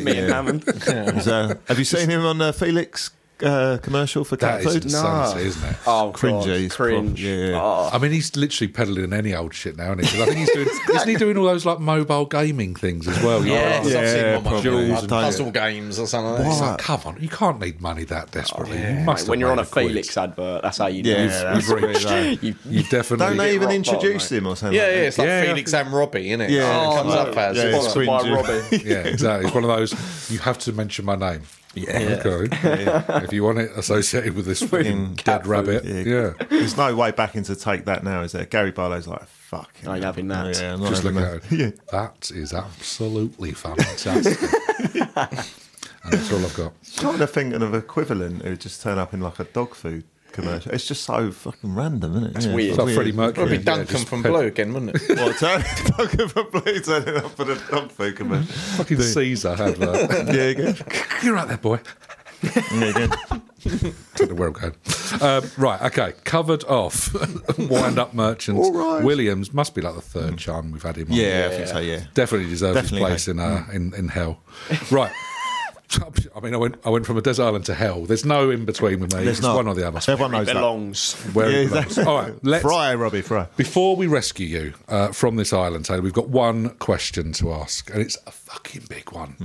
Speaker 3: Me and
Speaker 4: yeah.
Speaker 3: Hammond.
Speaker 4: He's, uh, have you seen him on uh, Felix uh, commercial for
Speaker 2: that
Speaker 4: cat
Speaker 2: is
Speaker 4: food?
Speaker 2: insanity, isn't it?
Speaker 3: Oh,
Speaker 4: Cringy,
Speaker 3: God,
Speaker 4: he's
Speaker 3: cringe.
Speaker 4: prob- yeah, yeah.
Speaker 3: Oh,
Speaker 2: I mean, he's literally peddling any old shit now, isn't he? 'Cause I think he's doing, isn't he doing all those like mobile gaming things as well? You know,
Speaker 5: Yeah,
Speaker 2: like-
Speaker 5: I've seen
Speaker 4: Yeah,
Speaker 5: him on my
Speaker 4: probably.
Speaker 5: like
Speaker 4: Jules and-
Speaker 5: puzzle games or something.
Speaker 2: It's
Speaker 5: Like
Speaker 2: like, come on, you can't need money that desperately. You
Speaker 3: mate,
Speaker 2: must have
Speaker 3: when you're
Speaker 2: made
Speaker 3: on a
Speaker 2: quid.
Speaker 3: Felix advert, that's how you do
Speaker 4: Yeah,
Speaker 3: it.
Speaker 4: that's
Speaker 2: you've
Speaker 4: really low.
Speaker 3: You,
Speaker 2: you definitely
Speaker 4: Don't they even
Speaker 3: rock
Speaker 4: introduce
Speaker 3: bottom,
Speaker 4: him or something?
Speaker 5: yeah, yeah,
Speaker 4: like that?
Speaker 5: it's like
Speaker 2: Yeah.
Speaker 5: Felix and Robbie, isn't it?
Speaker 4: Yeah,
Speaker 5: it comes
Speaker 4: no.
Speaker 5: up as
Speaker 4: Yeah,
Speaker 5: it's
Speaker 4: it's
Speaker 5: like-
Speaker 3: sponsored by
Speaker 4: cringy.
Speaker 3: Robbie.
Speaker 2: Yeah, exactly. It's one of those you have to mention my name. Yeah. Okay. If you want it associated with this fucking dead rabbit. Yeah.
Speaker 4: There's no way back into take that now, is there? Gary Barlow's like, fuck.
Speaker 3: I ain't having that.
Speaker 4: Yeah, I'm not
Speaker 2: Just
Speaker 4: having
Speaker 2: looking at
Speaker 4: that.
Speaker 2: it. That is absolutely fantastic. and that's all I've got.
Speaker 4: Trying to think of an equivalent who would just turn up in like a dog food commercial. It's just so fucking random, isn't it? It's
Speaker 3: weird.
Speaker 2: It's like Freddie Mercury.
Speaker 5: It'd be
Speaker 2: Yeah,
Speaker 5: Duncan
Speaker 2: just
Speaker 5: from
Speaker 2: fuck-
Speaker 5: Blue again, wouldn't it?
Speaker 4: What, turn, fucking for blue turning up for the dog food commercial.
Speaker 2: Fucking Caesar had that.
Speaker 4: Yeah, again.
Speaker 2: You're right there, boy.
Speaker 4: Yeah, again.
Speaker 2: Don't know where I'm going. Um, right, okay. Covered off. Wind up merchants.
Speaker 4: All right.
Speaker 2: Williams must be like the third charm we've had him on.
Speaker 4: yeah, I think so, yeah.
Speaker 2: Definitely deserves
Speaker 4: Definitely, Mm.
Speaker 2: his place in, uh, in in hell. Right. I mean, I went I went from a desert island to hell. There's no in between with me.
Speaker 4: There's
Speaker 2: it's
Speaker 4: not.
Speaker 2: one or the other.
Speaker 4: Everyone knows that.
Speaker 3: belongs.
Speaker 2: Where
Speaker 4: Yeah,
Speaker 2: it belongs.
Speaker 4: exactly.
Speaker 2: All right, let's
Speaker 4: Fry, Robbie, fry.
Speaker 2: Before we rescue you uh, from this island, Taylor, we've got one question to ask, and it's a fucking big one.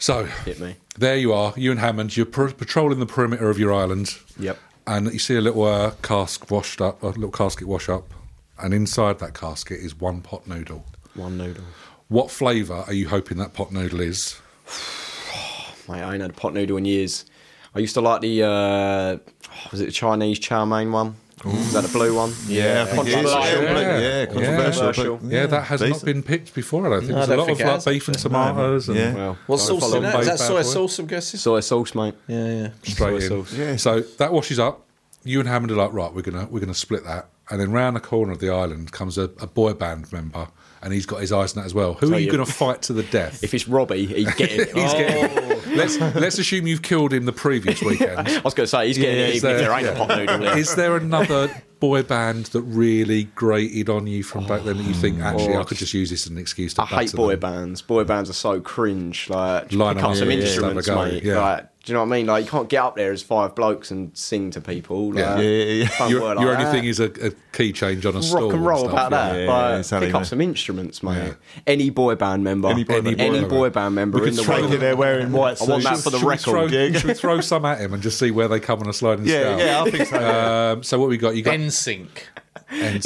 Speaker 2: So,
Speaker 3: Hit me.
Speaker 2: there you are, you and Hammond. You're pr- patrolling the perimeter of your island.
Speaker 3: Yep.
Speaker 2: And you see a little uh, cask washed up, a little casket wash up, and inside that casket is one pot noodle.
Speaker 3: One noodle.
Speaker 2: What flavour are you hoping that pot noodle is?
Speaker 3: Mate, I ain't had a pot noodle in years. I used to like the uh, was it the Chinese chow mein one? Was that the blue one?
Speaker 4: Yeah, I think it is.
Speaker 3: Controversial.
Speaker 4: Yeah, yeah, controversial.
Speaker 3: Controversial.
Speaker 4: but-
Speaker 2: Yeah, that has
Speaker 4: decent.
Speaker 2: not been picked before. I don't think
Speaker 5: No, I
Speaker 2: there's
Speaker 5: don't
Speaker 2: a lot of
Speaker 5: think it
Speaker 2: like
Speaker 5: has.
Speaker 2: beef and tomatoes and
Speaker 4: Yeah.
Speaker 3: Well,
Speaker 5: What
Speaker 3: I
Speaker 5: sauce
Speaker 3: follow
Speaker 5: in that? Is
Speaker 2: Both
Speaker 5: that
Speaker 2: bad
Speaker 5: soy
Speaker 2: boy.
Speaker 5: sauce, I'm guessing?
Speaker 3: Soy sauce, mate.
Speaker 5: yeah, yeah.
Speaker 2: straight in.
Speaker 3: sauce.
Speaker 4: Yeah.
Speaker 2: So that washes up. You and Hammond are like, right, we're gonna we're gonna split that. And then round the corner of the island comes a, a boy band member, and he's got his eyes on that as well. Who are
Speaker 3: Tell
Speaker 2: you
Speaker 3: you.
Speaker 2: going to fight to the death?
Speaker 3: If it's Robbie, he's getting it.
Speaker 2: he's getting, let's let's assume you've killed him the previous weekend.
Speaker 3: I was going to say he's getting
Speaker 2: Yeah,
Speaker 3: it
Speaker 2: he's
Speaker 3: even if
Speaker 2: there.
Speaker 3: there ain't a pot noodle. there.
Speaker 2: Is there another boy band that really grated on you from back then that you think actually I could just use this as an excuse to?
Speaker 3: Oh, I hate
Speaker 2: batter
Speaker 3: boy
Speaker 2: them?
Speaker 3: bands. Boy bands are so cringe. Like, just
Speaker 2: Line
Speaker 3: pick
Speaker 2: up
Speaker 3: up some
Speaker 2: your ears,
Speaker 3: instruments,
Speaker 2: have a go,
Speaker 3: mate.
Speaker 2: yeah.
Speaker 3: Like, do you know what I mean? Like, you can't get up there as five blokes and sing to people. Like,
Speaker 2: Yeah.
Speaker 4: Yeah, yeah, yeah.
Speaker 3: Don't
Speaker 2: Your,
Speaker 3: work
Speaker 2: your
Speaker 3: like
Speaker 2: only
Speaker 3: that.
Speaker 2: thing is a, a key change on a stall
Speaker 3: rock and roll
Speaker 2: stuff,
Speaker 3: about
Speaker 2: yeah.
Speaker 3: that.
Speaker 4: Yeah,
Speaker 3: like,
Speaker 4: yeah, exactly,
Speaker 3: pick up
Speaker 4: mate.
Speaker 3: some instruments, mate. Any boy band member, any
Speaker 4: Any boy
Speaker 3: boy,
Speaker 4: band member.
Speaker 3: band member
Speaker 4: We
Speaker 3: in
Speaker 4: could
Speaker 3: the
Speaker 4: strike
Speaker 3: world.
Speaker 4: in there wearing white
Speaker 3: I want that
Speaker 4: suits.
Speaker 3: for the
Speaker 4: Should we
Speaker 3: record.
Speaker 2: Throw,
Speaker 4: Yeah,
Speaker 2: should we throw some at him and just see where they come on a sliding
Speaker 4: Yeah,
Speaker 2: scale?
Speaker 4: yeah, I think so. yeah.
Speaker 2: Um, so what we got? You got
Speaker 5: NSYNC.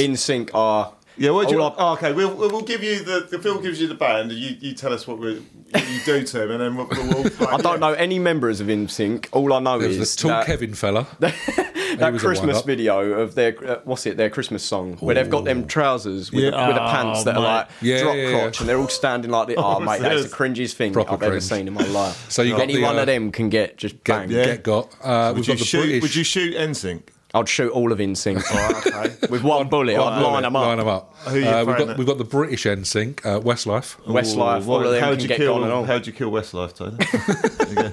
Speaker 3: In sync are
Speaker 4: Yeah, what do you,
Speaker 3: All up-
Speaker 4: oh, okay, we'll, we'll we'll give you the, the Phil gives you the band, and you, you tell us what, we, what you do to him, and then we'll. we'll, we'll
Speaker 3: I don't know any members of In Sync. All I know
Speaker 2: there was
Speaker 3: is
Speaker 2: the tall
Speaker 3: that,
Speaker 2: Kevin fella.
Speaker 3: that Christmas video of their uh, what's it, their Christmas song, where they've got them trousers with, the,
Speaker 4: Yeah.
Speaker 3: with the
Speaker 4: Oh,
Speaker 3: pants that
Speaker 4: mate.
Speaker 3: are like
Speaker 2: Yeah,
Speaker 3: drop
Speaker 2: yeah, yeah.
Speaker 3: crotch, and they're all standing like this. Oh, mate, that's the cringiest thing
Speaker 2: Proper
Speaker 3: I've ever
Speaker 2: cringe.
Speaker 3: seen in my life.
Speaker 2: So you got
Speaker 3: any
Speaker 2: the,
Speaker 3: one
Speaker 2: uh,
Speaker 3: of them can get just
Speaker 2: Get,
Speaker 3: bang.
Speaker 2: get got. Uh, we've
Speaker 4: Would
Speaker 2: got
Speaker 4: you
Speaker 2: the
Speaker 4: shoot?
Speaker 2: British.
Speaker 4: Would you shoot NSYNC?
Speaker 3: I'd shoot all of In Sync
Speaker 4: okay.
Speaker 3: with one bullet. I'd
Speaker 4: bullet.
Speaker 3: line them up.
Speaker 2: Line 'em up.
Speaker 4: Who you
Speaker 2: Uh, we've
Speaker 4: throwing
Speaker 2: got
Speaker 4: at?
Speaker 2: we've got the British NSYNC, uh, Westlife.
Speaker 3: Westlife, all
Speaker 4: Well,
Speaker 3: of them
Speaker 4: how'd
Speaker 3: can
Speaker 4: you
Speaker 3: get
Speaker 4: kill?
Speaker 3: gone and all.
Speaker 4: How'd you kill Westlife, Taylor?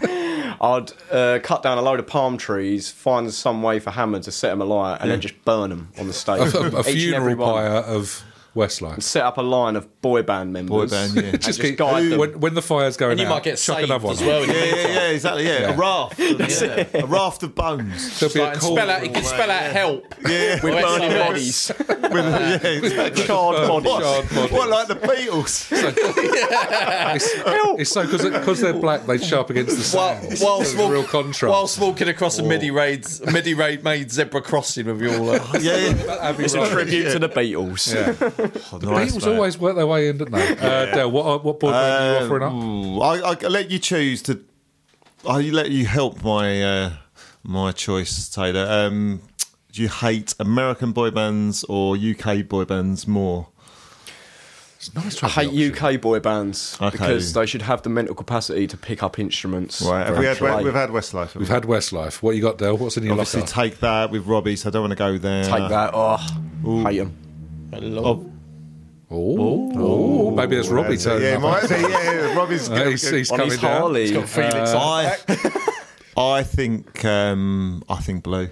Speaker 3: I'd uh, cut down a load of palm trees, find some way for Hammond to set them alight, and then just burn them on the stage.
Speaker 2: A,
Speaker 3: Each and
Speaker 2: a funeral
Speaker 3: every one.
Speaker 2: pyre of Westlife.
Speaker 3: Set up a line of boy band members.
Speaker 4: band, yeah.
Speaker 3: and just
Speaker 2: keep-
Speaker 3: guide them.
Speaker 2: when, when the fire's going
Speaker 5: And you
Speaker 2: out,
Speaker 5: might get
Speaker 2: chuck
Speaker 5: saved
Speaker 2: another one.
Speaker 5: as well.
Speaker 4: yeah, yeah, yeah, exactly. Yeah, a
Speaker 2: Yeah.
Speaker 4: raft. Yeah. A raft of bones.
Speaker 2: There'll be
Speaker 5: Like,
Speaker 2: a
Speaker 5: and
Speaker 2: call.
Speaker 5: spell out, you can spell out help.
Speaker 4: Yeah,
Speaker 5: Or
Speaker 4: with burning
Speaker 5: SOS.
Speaker 4: bodies. with, yeah, exactly.
Speaker 3: Charred bodies.
Speaker 2: Charred bodies.
Speaker 4: What, like the Beatles?
Speaker 2: It's, it's so because they're black, they show up against the
Speaker 5: While,
Speaker 2: sand.
Speaker 5: whilst,
Speaker 2: There's a
Speaker 5: walk-
Speaker 2: real contrast. Oh.
Speaker 5: whilst walking across a midi raid, midi raid made zebra crossing with you all. Uh,
Speaker 4: yeah, Oh, yeah.
Speaker 2: Abbey
Speaker 3: it's a
Speaker 2: Road.
Speaker 3: tribute to the Beatles.
Speaker 2: Yeah.
Speaker 4: The
Speaker 2: Beatles always work their way in, don't they? Uh, Dale, what, what boy band are you offering up?
Speaker 4: Um, I, I let you choose to. I let you help my uh, my choice, Taylor. Um, do you hate American boy bands or UK boy bands more?
Speaker 2: It's nice to
Speaker 3: I
Speaker 2: have the option.
Speaker 3: hate UK boy bands
Speaker 4: Okay.
Speaker 3: because they should have the mental capacity to pick up instruments.
Speaker 4: Right, we
Speaker 3: and
Speaker 4: had,
Speaker 3: play.
Speaker 4: we've had Westlife.
Speaker 2: We've had Westlife. What you got, Dale? What's in your
Speaker 4: obviously
Speaker 2: locker?
Speaker 4: take that with Robbie, so I don't want to go there. Um,
Speaker 3: Take that. Oh, hate them.
Speaker 4: Oh,
Speaker 2: Oh, maybe that's Robbie turning
Speaker 4: yeah,
Speaker 2: up.
Speaker 4: it might be. Yeah, Robbie's
Speaker 2: Uh,
Speaker 4: going
Speaker 2: he's,
Speaker 4: to
Speaker 2: he's
Speaker 3: On
Speaker 2: coming
Speaker 3: his
Speaker 2: down.
Speaker 3: Harley.
Speaker 4: I, I think um, I think blue.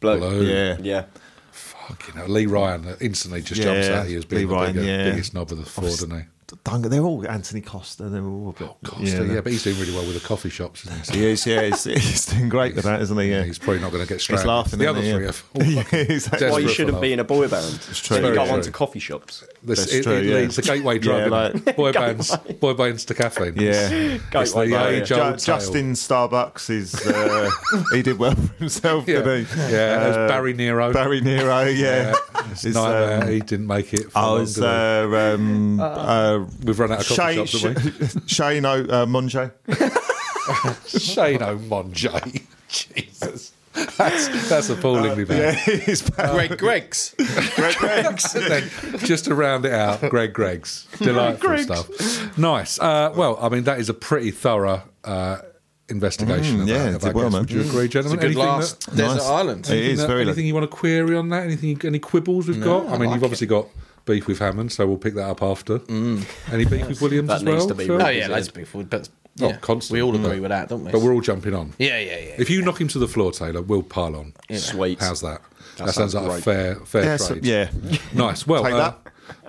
Speaker 3: Bloke.
Speaker 2: Hello.
Speaker 4: Yeah.
Speaker 3: Yeah.
Speaker 2: Fucking hell. Lee Ryan uh, instantly just jumps
Speaker 4: Yeah,
Speaker 2: out at you as being
Speaker 4: Lee
Speaker 2: the
Speaker 4: Ryan,
Speaker 2: bigger,
Speaker 4: yeah.
Speaker 2: biggest knob of the four, doesn't he?
Speaker 4: Dunga, they're all Anthony Oh, Costa. They're all a bit.
Speaker 2: Costa, yeah, but he's doing really well with the coffee shops, isn't he? So
Speaker 4: He is, yeah, he's, he's doing great with that, isn't he? Yeah,
Speaker 2: He's probably not going to get stranded.
Speaker 4: laughing,
Speaker 2: The
Speaker 4: isn't
Speaker 2: other
Speaker 4: he?
Speaker 2: three
Speaker 4: Yeah.
Speaker 2: have all fucking
Speaker 4: Yeah, exactly.
Speaker 2: desperate
Speaker 3: Why you
Speaker 2: for
Speaker 3: shouldn't
Speaker 2: love.
Speaker 3: be in a boy band? It's
Speaker 4: true.
Speaker 3: You
Speaker 2: Very
Speaker 3: go
Speaker 2: true.
Speaker 3: on to coffee shops.
Speaker 2: This-
Speaker 4: That's
Speaker 2: it,
Speaker 4: true,
Speaker 2: it
Speaker 4: yeah.
Speaker 2: leads the gateway drug.
Speaker 4: like-
Speaker 2: innit? boy bands, boy bands to caffeine.
Speaker 4: Yeah.
Speaker 2: It's the
Speaker 3: Gateway drug,
Speaker 2: age
Speaker 4: Ju-
Speaker 2: old
Speaker 4: Justin Starbucks is uh, he did well for himself,
Speaker 2: Yeah,
Speaker 4: didn't he?
Speaker 2: yeah.
Speaker 4: Uh,
Speaker 2: there's Barry Nero.
Speaker 4: Barry Nero, yeah.
Speaker 2: It's
Speaker 4: It's,
Speaker 2: nightmare.
Speaker 4: um,
Speaker 2: he didn't make it. For
Speaker 4: I
Speaker 2: long,
Speaker 4: was
Speaker 2: did he?
Speaker 4: uh, um, uh,
Speaker 2: We've run out of coffee
Speaker 4: Shane,
Speaker 2: shops, haven't
Speaker 4: Shane O- uh, Monjo.
Speaker 2: we? Shane O'Monjay. Jesus. That's, that's appallingly bad.
Speaker 4: Uh, Yeah, he's bad.
Speaker 5: Greg Greggs.
Speaker 4: Greg Greggs.
Speaker 2: And then just to round it out, Greg Greggs. Delightful stuff. Nice. Uh, well, I mean, that is a pretty thorough uh, investigation.
Speaker 4: Mm,
Speaker 2: of
Speaker 4: yeah,
Speaker 2: that-
Speaker 4: it
Speaker 2: of
Speaker 4: did
Speaker 2: our
Speaker 4: well,
Speaker 2: guest.
Speaker 4: man.
Speaker 2: Would you agree,
Speaker 5: It's a
Speaker 2: gentlemen?
Speaker 5: good
Speaker 2: Anything
Speaker 5: last
Speaker 2: that-
Speaker 5: desert
Speaker 4: Nice.
Speaker 5: island.
Speaker 4: It
Speaker 2: anything
Speaker 4: is
Speaker 2: that-
Speaker 4: very
Speaker 2: Anything
Speaker 4: like,
Speaker 2: you want to query on that? Anything? Any quibbles we've got? I mean, you've obviously got beef with Hammond, so we'll pick that up after.
Speaker 4: Mm.
Speaker 2: Any beef with Williams
Speaker 3: That
Speaker 2: as
Speaker 3: needs
Speaker 2: well?
Speaker 3: to be
Speaker 2: Phil?
Speaker 5: Oh
Speaker 3: read.
Speaker 5: yeah, loads of people. But
Speaker 2: Oh,
Speaker 5: yeah,
Speaker 2: constant.
Speaker 5: we all agree with that, don't we?
Speaker 2: But we're all jumping on.
Speaker 5: yeah, yeah, yeah.
Speaker 2: If you knock him to the floor, Taylor, we'll pile on.
Speaker 3: Sweet.
Speaker 2: How's that? That, sounds,
Speaker 3: sounds
Speaker 2: like a
Speaker 3: great.
Speaker 2: fair, fair
Speaker 4: yeah, so-
Speaker 2: trade.
Speaker 4: yeah.
Speaker 2: Nice. Well,
Speaker 4: Take
Speaker 2: uh,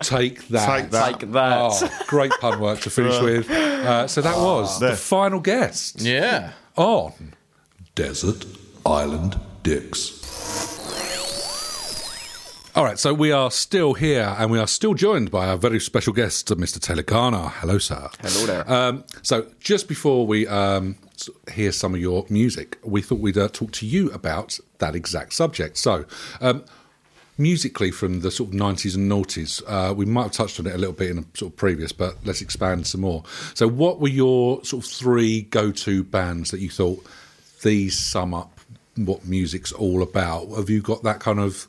Speaker 2: take that.
Speaker 4: Take that.
Speaker 3: Take that.
Speaker 2: Oh, great pun work to finish with. Uh, so that was the
Speaker 4: Ah, There.
Speaker 2: final guest
Speaker 5: yeah.
Speaker 2: on Desert Island Dicks. All right, so we are still here and we are still joined by our very special guest, Mr. Telekana. Hello, sir.
Speaker 3: Hello there.
Speaker 2: Um, so, just before we um, s- hear some of your music, we thought we'd uh, talk to you about that exact subject. So, um, musically from the sort of 90s and noughties, uh, we might have touched on it a little bit in a sort of previous, but let's expand some more. So, what were your sort of three go to bands that you thought these sum up what music's all about? Have you got that kind of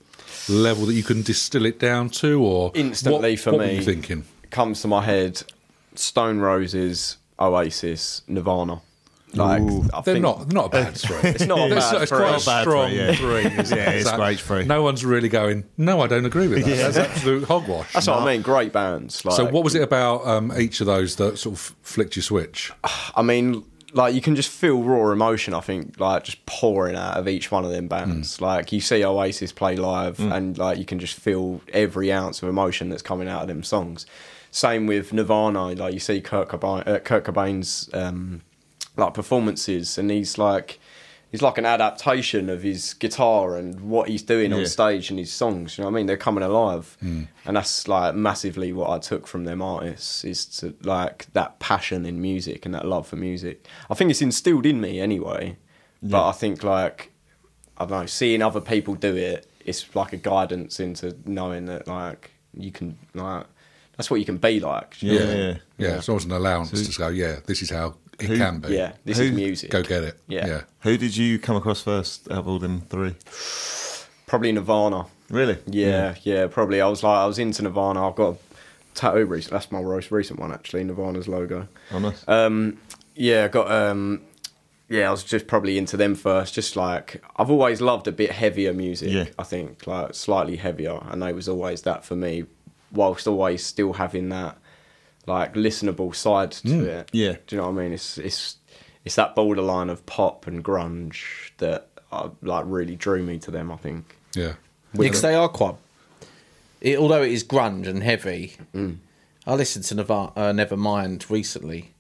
Speaker 2: level that you can distill it down to, or
Speaker 3: Instantly
Speaker 2: what,
Speaker 3: for
Speaker 2: what
Speaker 3: me.
Speaker 2: Were you thinking?
Speaker 3: comes to my head Stone Roses, Oasis, Nirvana. Like, I
Speaker 2: They're
Speaker 3: think-
Speaker 2: not not a bad three.
Speaker 3: It's not a
Speaker 2: It's,
Speaker 3: bad
Speaker 2: it's
Speaker 3: three.
Speaker 2: quite a
Speaker 4: Not a bad
Speaker 2: strong
Speaker 4: three,
Speaker 2: three.
Speaker 4: yeah.
Speaker 2: isn't
Speaker 4: Yeah,
Speaker 2: it?
Speaker 4: it's
Speaker 2: that-
Speaker 4: great three.
Speaker 2: No one's really going. No, I don't agree with that. That's absolute hogwash.
Speaker 3: That's what I mean. Great bands. Like,
Speaker 2: So, what was it about um, each of those that sort of flicked your switch?
Speaker 3: I mean, like you can just feel raw emotion. I think like just pouring out of each one of them bands. Like you see Oasis play live, and like you can just feel every ounce of emotion that's coming out of them songs. Same with Nirvana. Like you see Kurt Cobain, uh, Kurt Cobain's um, like performances, and he's like. He's like an adaptation of his guitar and what he's doing on
Speaker 4: Yeah. Hmm.
Speaker 3: stage and his songs. You know what I mean? They're coming alive, and that's like massively what I took from them artists is to like that passion in music and that love for music. I think it's instilled in me anyway, but I think like I don't know, seeing other people do it, it's like a guidance into knowing that like you can like that's what you can be like. do you
Speaker 4: Yeah,
Speaker 3: know what I mean?
Speaker 4: yeah.
Speaker 2: Yeah, it's almost an allowance to go. Yeah, this is how it
Speaker 4: Who-
Speaker 2: can be.
Speaker 3: yeah. This
Speaker 4: Who-
Speaker 3: is music.
Speaker 2: go get it.
Speaker 3: Yeah.
Speaker 4: Who did you come across first out of all them three?
Speaker 3: Probably Nirvana.
Speaker 4: Really?
Speaker 3: Yeah, yeah, probably. I was like, I was into Nirvana. I've got a tattoo recent. That's my most recent one, actually. Nirvana's logo.
Speaker 4: Oh, nice.
Speaker 3: Um, yeah, I got. Um, yeah, I was just probably into them first. Just like I've always loved a bit heavier music.
Speaker 4: Yeah.
Speaker 3: I think like slightly heavier, and they was always that for me. Whilst always still having that like listenable side to it.
Speaker 4: yeah.
Speaker 3: Do you know what I mean? It's it's it's that borderline of pop and grunge that uh, like really drew me to them. I think.
Speaker 2: yeah.
Speaker 5: because they are quite. It, although it is grunge and heavy, I listened to Nirvana, uh, Nevermind recently,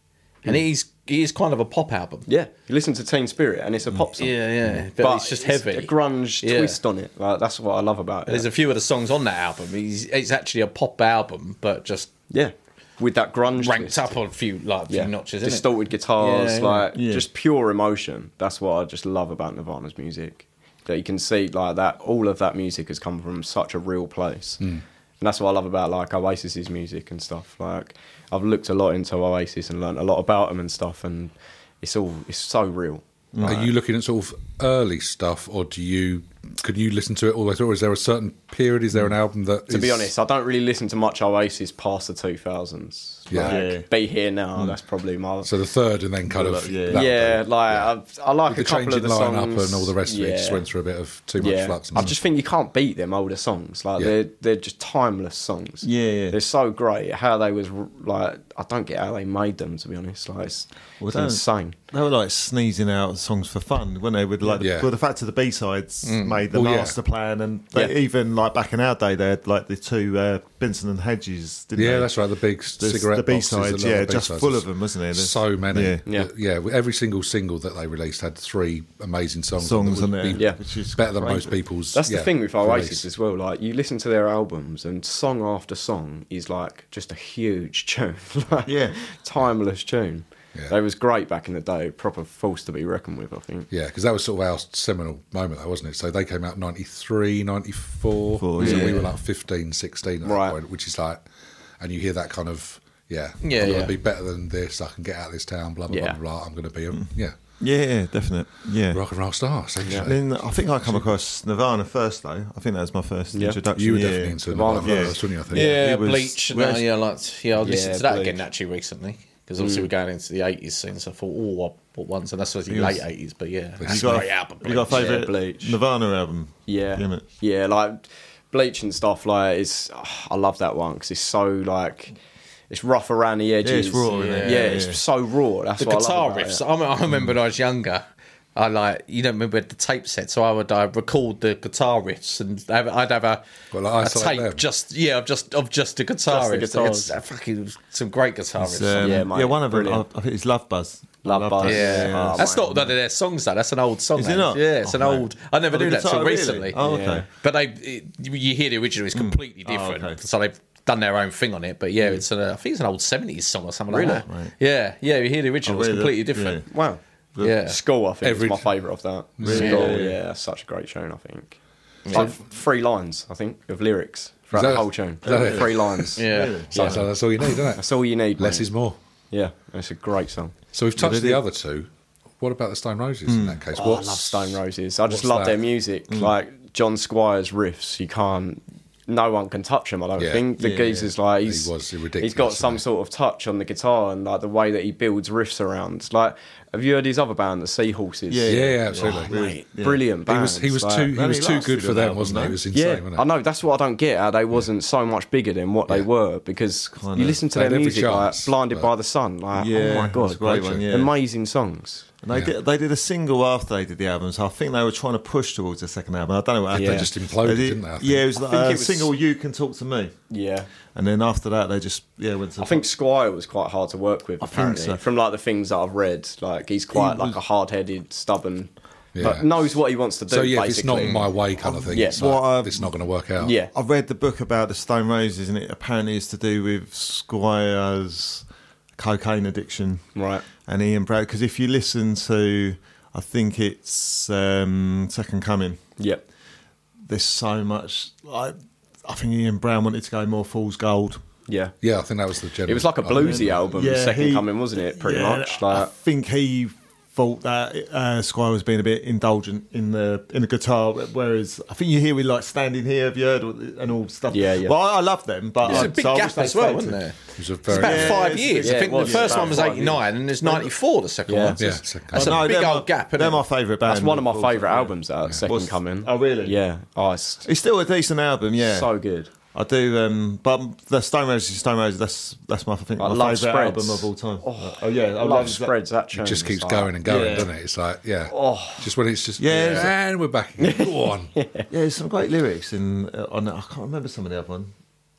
Speaker 5: and it is it is kind of a pop album.
Speaker 3: Yeah, you listen to Teen Spirit and it's a pop song.
Speaker 5: yeah, yeah. But, it's just heavy.
Speaker 3: a grunge
Speaker 5: Yeah.
Speaker 3: twist on it. Like, that's what I love about it.
Speaker 5: There's a few of the songs on that album. It's, it's actually a pop album, but just
Speaker 3: yeah, with that grunge
Speaker 5: ranked
Speaker 3: twist.
Speaker 5: up a few like a few
Speaker 3: Yeah,
Speaker 5: notches. Isn't
Speaker 3: distorted guitars,
Speaker 5: Yeah, yeah.
Speaker 3: like
Speaker 4: Yeah.
Speaker 3: just pure emotion. That's what I just love about Nirvana's music. That you can see like that. All of that music has come from such a real place, and that's what I love about like Oasis's music and stuff. Like I've looked a lot into Oasis and learned a lot about them and stuff, and it's all it's so real.
Speaker 2: Are you looking at sort of early stuff, or do you? Can you listen to it all the way through? Or is there a certain period? Is there an album that?
Speaker 3: To be honest, I don't really listen to much Oasis past the 2000s.
Speaker 2: Yeah. Hmm.
Speaker 3: Like,
Speaker 4: Yeah.
Speaker 3: Be Here Now, that's probably my.
Speaker 2: so the third and then kind of
Speaker 4: Yeah.
Speaker 2: that
Speaker 3: yeah,
Speaker 2: would be-
Speaker 3: like I, I like
Speaker 2: with the
Speaker 3: a couple
Speaker 2: change in
Speaker 3: of the
Speaker 2: lineup
Speaker 3: songs.
Speaker 2: and all the rest of it. it Just
Speaker 3: Yeah.
Speaker 2: went through a bit of too much
Speaker 3: Yeah,
Speaker 2: flux.
Speaker 3: I just think you can't beat them older songs. Like
Speaker 2: Yeah.
Speaker 3: they're they're just timeless songs.
Speaker 4: Yeah, yeah.
Speaker 3: they're so great. How they was r- like, I don't get how they made them. To be honest, like it's,
Speaker 4: Well,
Speaker 3: it's
Speaker 4: don't-
Speaker 3: insane.
Speaker 4: They were like sneezing out songs for fun, weren't they? With like, the,
Speaker 2: Yeah. Mm.
Speaker 4: well, the fact that the B sides made the
Speaker 2: Well, yeah.
Speaker 4: master plan, and they,
Speaker 3: Yeah.
Speaker 4: even like back in our day, they had like the two uh, Benson and Hedges, didn't
Speaker 2: Yeah,
Speaker 4: they?
Speaker 2: that's right. The big
Speaker 4: The-
Speaker 2: cigarette
Speaker 4: the
Speaker 2: boxes that
Speaker 4: B-sides,
Speaker 2: look like
Speaker 4: yeah, just
Speaker 2: B-sides.
Speaker 4: full of them, wasn't there? There's-
Speaker 2: so many.
Speaker 4: Yeah.
Speaker 2: yeah,
Speaker 3: Yeah.
Speaker 2: Every single single that they released had three amazing songs.
Speaker 4: Songs
Speaker 2: on
Speaker 4: on
Speaker 2: that would
Speaker 4: there,
Speaker 2: be
Speaker 3: Yeah.
Speaker 4: which is
Speaker 2: better than
Speaker 4: crazy.
Speaker 2: most people's.
Speaker 3: That's
Speaker 2: yeah,
Speaker 3: the thing with
Speaker 2: release.
Speaker 3: Oasis as well. Like you listen to their albums, and song after song is like just a huge tune. like,
Speaker 4: Yeah.
Speaker 3: timeless tune.
Speaker 2: Yeah.
Speaker 3: They was great back in the day. Proper force to be reckoned with. I think.
Speaker 2: Yeah, because that was sort of our seminal moment, though, wasn't it? So they came out 93, 94.
Speaker 4: Four,
Speaker 2: so
Speaker 4: yeah.
Speaker 2: we were like 15, 16 at
Speaker 3: Right.
Speaker 2: that point, which is like, and you hear that kind of, yeah,
Speaker 5: Yeah,
Speaker 2: I'm going
Speaker 5: yeah.
Speaker 2: to be better than this. I can get out of this town, blah, blah,
Speaker 3: Yeah.
Speaker 2: blah, blah, blah. I'm going to be, a, yeah,
Speaker 4: Yeah, yeah, definite. Mm. Yeah.
Speaker 2: rock and roll star, essentially.
Speaker 4: And Then I think I come across Nirvana first, though. I think that was my first
Speaker 3: Yeah.
Speaker 4: introduction.
Speaker 2: You were
Speaker 4: yeah.
Speaker 2: definitely into
Speaker 3: Nirvana
Speaker 2: Nirvana
Speaker 4: first.
Speaker 2: first, weren't you, I think?
Speaker 5: it? Yeah,
Speaker 4: It was-
Speaker 5: Bleach. and, uh,
Speaker 4: whereas-
Speaker 5: yeah, like yeah, I listened
Speaker 3: Yeah,
Speaker 5: to that
Speaker 3: Bleach.
Speaker 5: again actually recently. because obviously we're going into the 80s soon. So I thought, oh, what, what ones? And that's obviously
Speaker 4: Yes.
Speaker 5: late 80s, but yeah.
Speaker 4: You
Speaker 5: That's a
Speaker 4: got,
Speaker 5: great album.
Speaker 4: you got a
Speaker 5: Bleach.
Speaker 3: Yeah,
Speaker 4: favourite
Speaker 3: Bleach.
Speaker 4: Nirvana album?
Speaker 3: Yeah,
Speaker 4: Isn't it?
Speaker 3: yeah, like bleach and stuff. Like it's, I love that one because it's so like it's rough around the edges. Yeah,
Speaker 4: raw, isn't it? Yeah,
Speaker 3: it's
Speaker 4: yeah.
Speaker 3: so raw. That's
Speaker 5: the
Speaker 3: what I
Speaker 5: guitar
Speaker 3: love about
Speaker 5: riffs.
Speaker 3: It. Mm.
Speaker 5: I, I remember when I was younger. I like you don't remember the tape set, so I would uh, record the guitar riffs and have, I'd have a,
Speaker 2: Well, like,
Speaker 5: a
Speaker 2: isolate
Speaker 5: tape
Speaker 2: them.
Speaker 5: just yeah of just of just the guitar
Speaker 3: Just the
Speaker 5: riffs.
Speaker 3: guitars.
Speaker 5: It's uh, fucking some great guitar
Speaker 4: It's,
Speaker 5: riffs.
Speaker 4: um,
Speaker 3: Yeah,
Speaker 4: yeah,
Speaker 3: mate,
Speaker 4: one of them. I,
Speaker 3: brilliant.
Speaker 4: I think it's Love Buzz.
Speaker 3: Love Buzz.
Speaker 5: yeah,
Speaker 3: Yeah.
Speaker 5: that's
Speaker 3: Oh,
Speaker 5: not none of their songs though. That's an old song.
Speaker 4: Is
Speaker 5: that
Speaker 4: it not?
Speaker 5: Yeah, it's an
Speaker 4: Oh,
Speaker 5: old. I never
Speaker 4: Oh, the
Speaker 5: knew that
Speaker 4: guitar,
Speaker 5: till
Speaker 4: really?
Speaker 5: recently.
Speaker 4: Oh, okay.
Speaker 3: Yeah.
Speaker 5: But they, it, you hear the original
Speaker 3: Hmm.
Speaker 5: is
Speaker 3: Oh,
Speaker 5: completely different.
Speaker 4: okay.
Speaker 5: So they've done their own thing on it. But yeah, it's an, uh, I think it's an old seventies song or something
Speaker 3: Really?
Speaker 5: like that. Yeah, yeah. You hear the original,
Speaker 4: really?
Speaker 5: it's completely different.
Speaker 3: Wow.
Speaker 4: Yeah.
Speaker 5: Yeah.
Speaker 3: School, I think,
Speaker 2: Every-
Speaker 3: is my favourite of that.
Speaker 5: Really?
Speaker 3: School, yeah,
Speaker 4: Yeah, yeah.
Speaker 3: that's such a great tune, I think. It's Like three lines, I think, of lyrics throughout
Speaker 2: Is that-
Speaker 3: the whole tune.
Speaker 2: is that it?
Speaker 3: Three lines.
Speaker 5: Yeah.
Speaker 2: So, so that's all you need, isn't it?
Speaker 3: That's all you need.
Speaker 2: Less
Speaker 3: mate.
Speaker 2: is more.
Speaker 3: Yeah, it's a great song.
Speaker 2: So we've touched
Speaker 4: they
Speaker 2: the
Speaker 4: do.
Speaker 2: other two. What about the Stone Roses in that case?
Speaker 3: Oh, I
Speaker 2: What's-
Speaker 3: love Stone Roses. I
Speaker 2: what's
Speaker 3: just love
Speaker 2: that? Mm.
Speaker 3: their music. Like John Squire's riffs, you can't. No one can touch him. I don't
Speaker 2: Yeah.
Speaker 3: think the
Speaker 4: Yeah,
Speaker 3: geezer's like he's,
Speaker 2: was ridiculous,
Speaker 3: he's got
Speaker 2: wasn't he?
Speaker 3: some sort of touch on the guitar and like the way that he builds riffs around. Like, have you heard his other band, the Seahorses? Oh,
Speaker 4: Yeah,
Speaker 2: Yeah, yeah, absolutely.
Speaker 3: Mate,
Speaker 4: Yeah.
Speaker 3: brilliant
Speaker 2: he
Speaker 3: band.
Speaker 2: was he was
Speaker 3: like-
Speaker 2: too he
Speaker 4: Only
Speaker 2: was too
Speaker 4: lasted
Speaker 2: good for
Speaker 4: an
Speaker 2: them,
Speaker 4: album,
Speaker 2: wasn't he?
Speaker 4: no?
Speaker 2: It was insane,
Speaker 3: Yeah,
Speaker 2: wasn't it?
Speaker 3: I know. That's what I don't get. How they wasn't so much bigger than what they were because
Speaker 4: Kinda.
Speaker 3: you listen to
Speaker 2: They had
Speaker 3: their
Speaker 2: every
Speaker 3: music,
Speaker 2: chance,
Speaker 3: like "Blinded
Speaker 2: but-
Speaker 3: by the Sun." Like,
Speaker 4: Yeah,
Speaker 3: oh my
Speaker 4: that's
Speaker 3: god,
Speaker 4: a great one, yeah.
Speaker 3: amazing songs.
Speaker 4: And they did they did a single after they did the album, so I think they were trying to push towards the second album. I don't know what happened.
Speaker 3: They just
Speaker 2: imploded, didn't they, I think?
Speaker 4: Yeah, it was
Speaker 3: I
Speaker 4: like
Speaker 3: think
Speaker 4: a
Speaker 3: it was-
Speaker 4: single "You Can Talk to Me,"
Speaker 3: Yeah,
Speaker 4: and then after that they just yeah went to.
Speaker 3: I think Squire was quite hard to work with.
Speaker 4: I think
Speaker 3: Apparently,
Speaker 4: so.
Speaker 3: from like the things that I've read, like he's quite like a hard-headed, stubborn,
Speaker 2: Yeah.
Speaker 3: but knows what he wants to do.
Speaker 2: So yeah, if it's
Speaker 3: basically.
Speaker 2: not my way kind of thing.
Speaker 3: Yeah.
Speaker 2: It's, like,
Speaker 4: Well, um,
Speaker 2: it's not going to work out.
Speaker 3: yeah,
Speaker 4: I read the book about the Stone Roses, and it apparently is to do with Squire's cocaine addiction.
Speaker 3: Right.
Speaker 4: And Ian Brad, because if you listen to, I think it's um, Second Coming.
Speaker 3: yep,
Speaker 4: There's so much. Like, I think Ian Brown wanted to go more Fool's Gold.
Speaker 3: yeah.
Speaker 2: Yeah, I think that was the general.
Speaker 3: It was like a bluesy album, Second
Speaker 4: he-
Speaker 3: Coming, wasn't it? Pretty
Speaker 4: yeah,
Speaker 3: much.
Speaker 4: I
Speaker 3: Like,
Speaker 4: think he thought that uh, Squire was being a bit indulgent in the in the guitar, whereas I think you hear we like standing here, have you heard, and all stuff.
Speaker 3: Yeah, yeah.
Speaker 4: Well, I, I love them, but
Speaker 5: There's
Speaker 4: I-
Speaker 5: a big
Speaker 4: so I wish
Speaker 5: gap
Speaker 4: they
Speaker 5: as well,
Speaker 4: stayed
Speaker 5: wasn't
Speaker 4: to-
Speaker 5: there?
Speaker 2: It was a
Speaker 5: It's
Speaker 2: very.
Speaker 5: about
Speaker 4: Yeah,
Speaker 5: five
Speaker 4: it's-
Speaker 5: years.
Speaker 4: yeah,
Speaker 5: I
Speaker 4: it
Speaker 5: think
Speaker 3: was
Speaker 5: the first
Speaker 3: about
Speaker 5: one was
Speaker 3: five
Speaker 5: 89 and there's 94, the second
Speaker 3: Yeah.
Speaker 5: one.
Speaker 2: Yeah,
Speaker 5: That's
Speaker 2: second
Speaker 5: a
Speaker 2: one.
Speaker 4: No,
Speaker 5: big
Speaker 4: they're
Speaker 5: old
Speaker 4: my-
Speaker 5: gap.
Speaker 4: They're
Speaker 5: isn't
Speaker 4: my
Speaker 5: it?
Speaker 4: favourite band.
Speaker 3: that's one of my
Speaker 4: Fool's Gold,
Speaker 3: favourite
Speaker 4: yeah.
Speaker 3: albums. That Second
Speaker 4: What's-
Speaker 3: Coming.
Speaker 4: Oh, really?
Speaker 3: Yeah. Oh, it's
Speaker 4: It's still a decent album, yeah.
Speaker 3: so good.
Speaker 4: I do, um, but the Stone Roses, Stone Roses. That's that's my I think
Speaker 3: I
Speaker 4: my
Speaker 3: love
Speaker 4: favourite
Speaker 3: Spreads.
Speaker 4: album of all time. Oh, yeah, I
Speaker 3: I love,
Speaker 4: that-
Speaker 3: spreads that tune.
Speaker 2: It just keeps
Speaker 3: Like,
Speaker 2: going and going,
Speaker 4: Yeah.
Speaker 2: doesn't it? It's like, yeah.
Speaker 3: Oh.
Speaker 2: Just when it's just,
Speaker 4: Yeah, it's-
Speaker 2: yeah, and we're back again. Go on.
Speaker 4: Yeah, there's some great lyrics in uh, on. I can't remember some of the other one.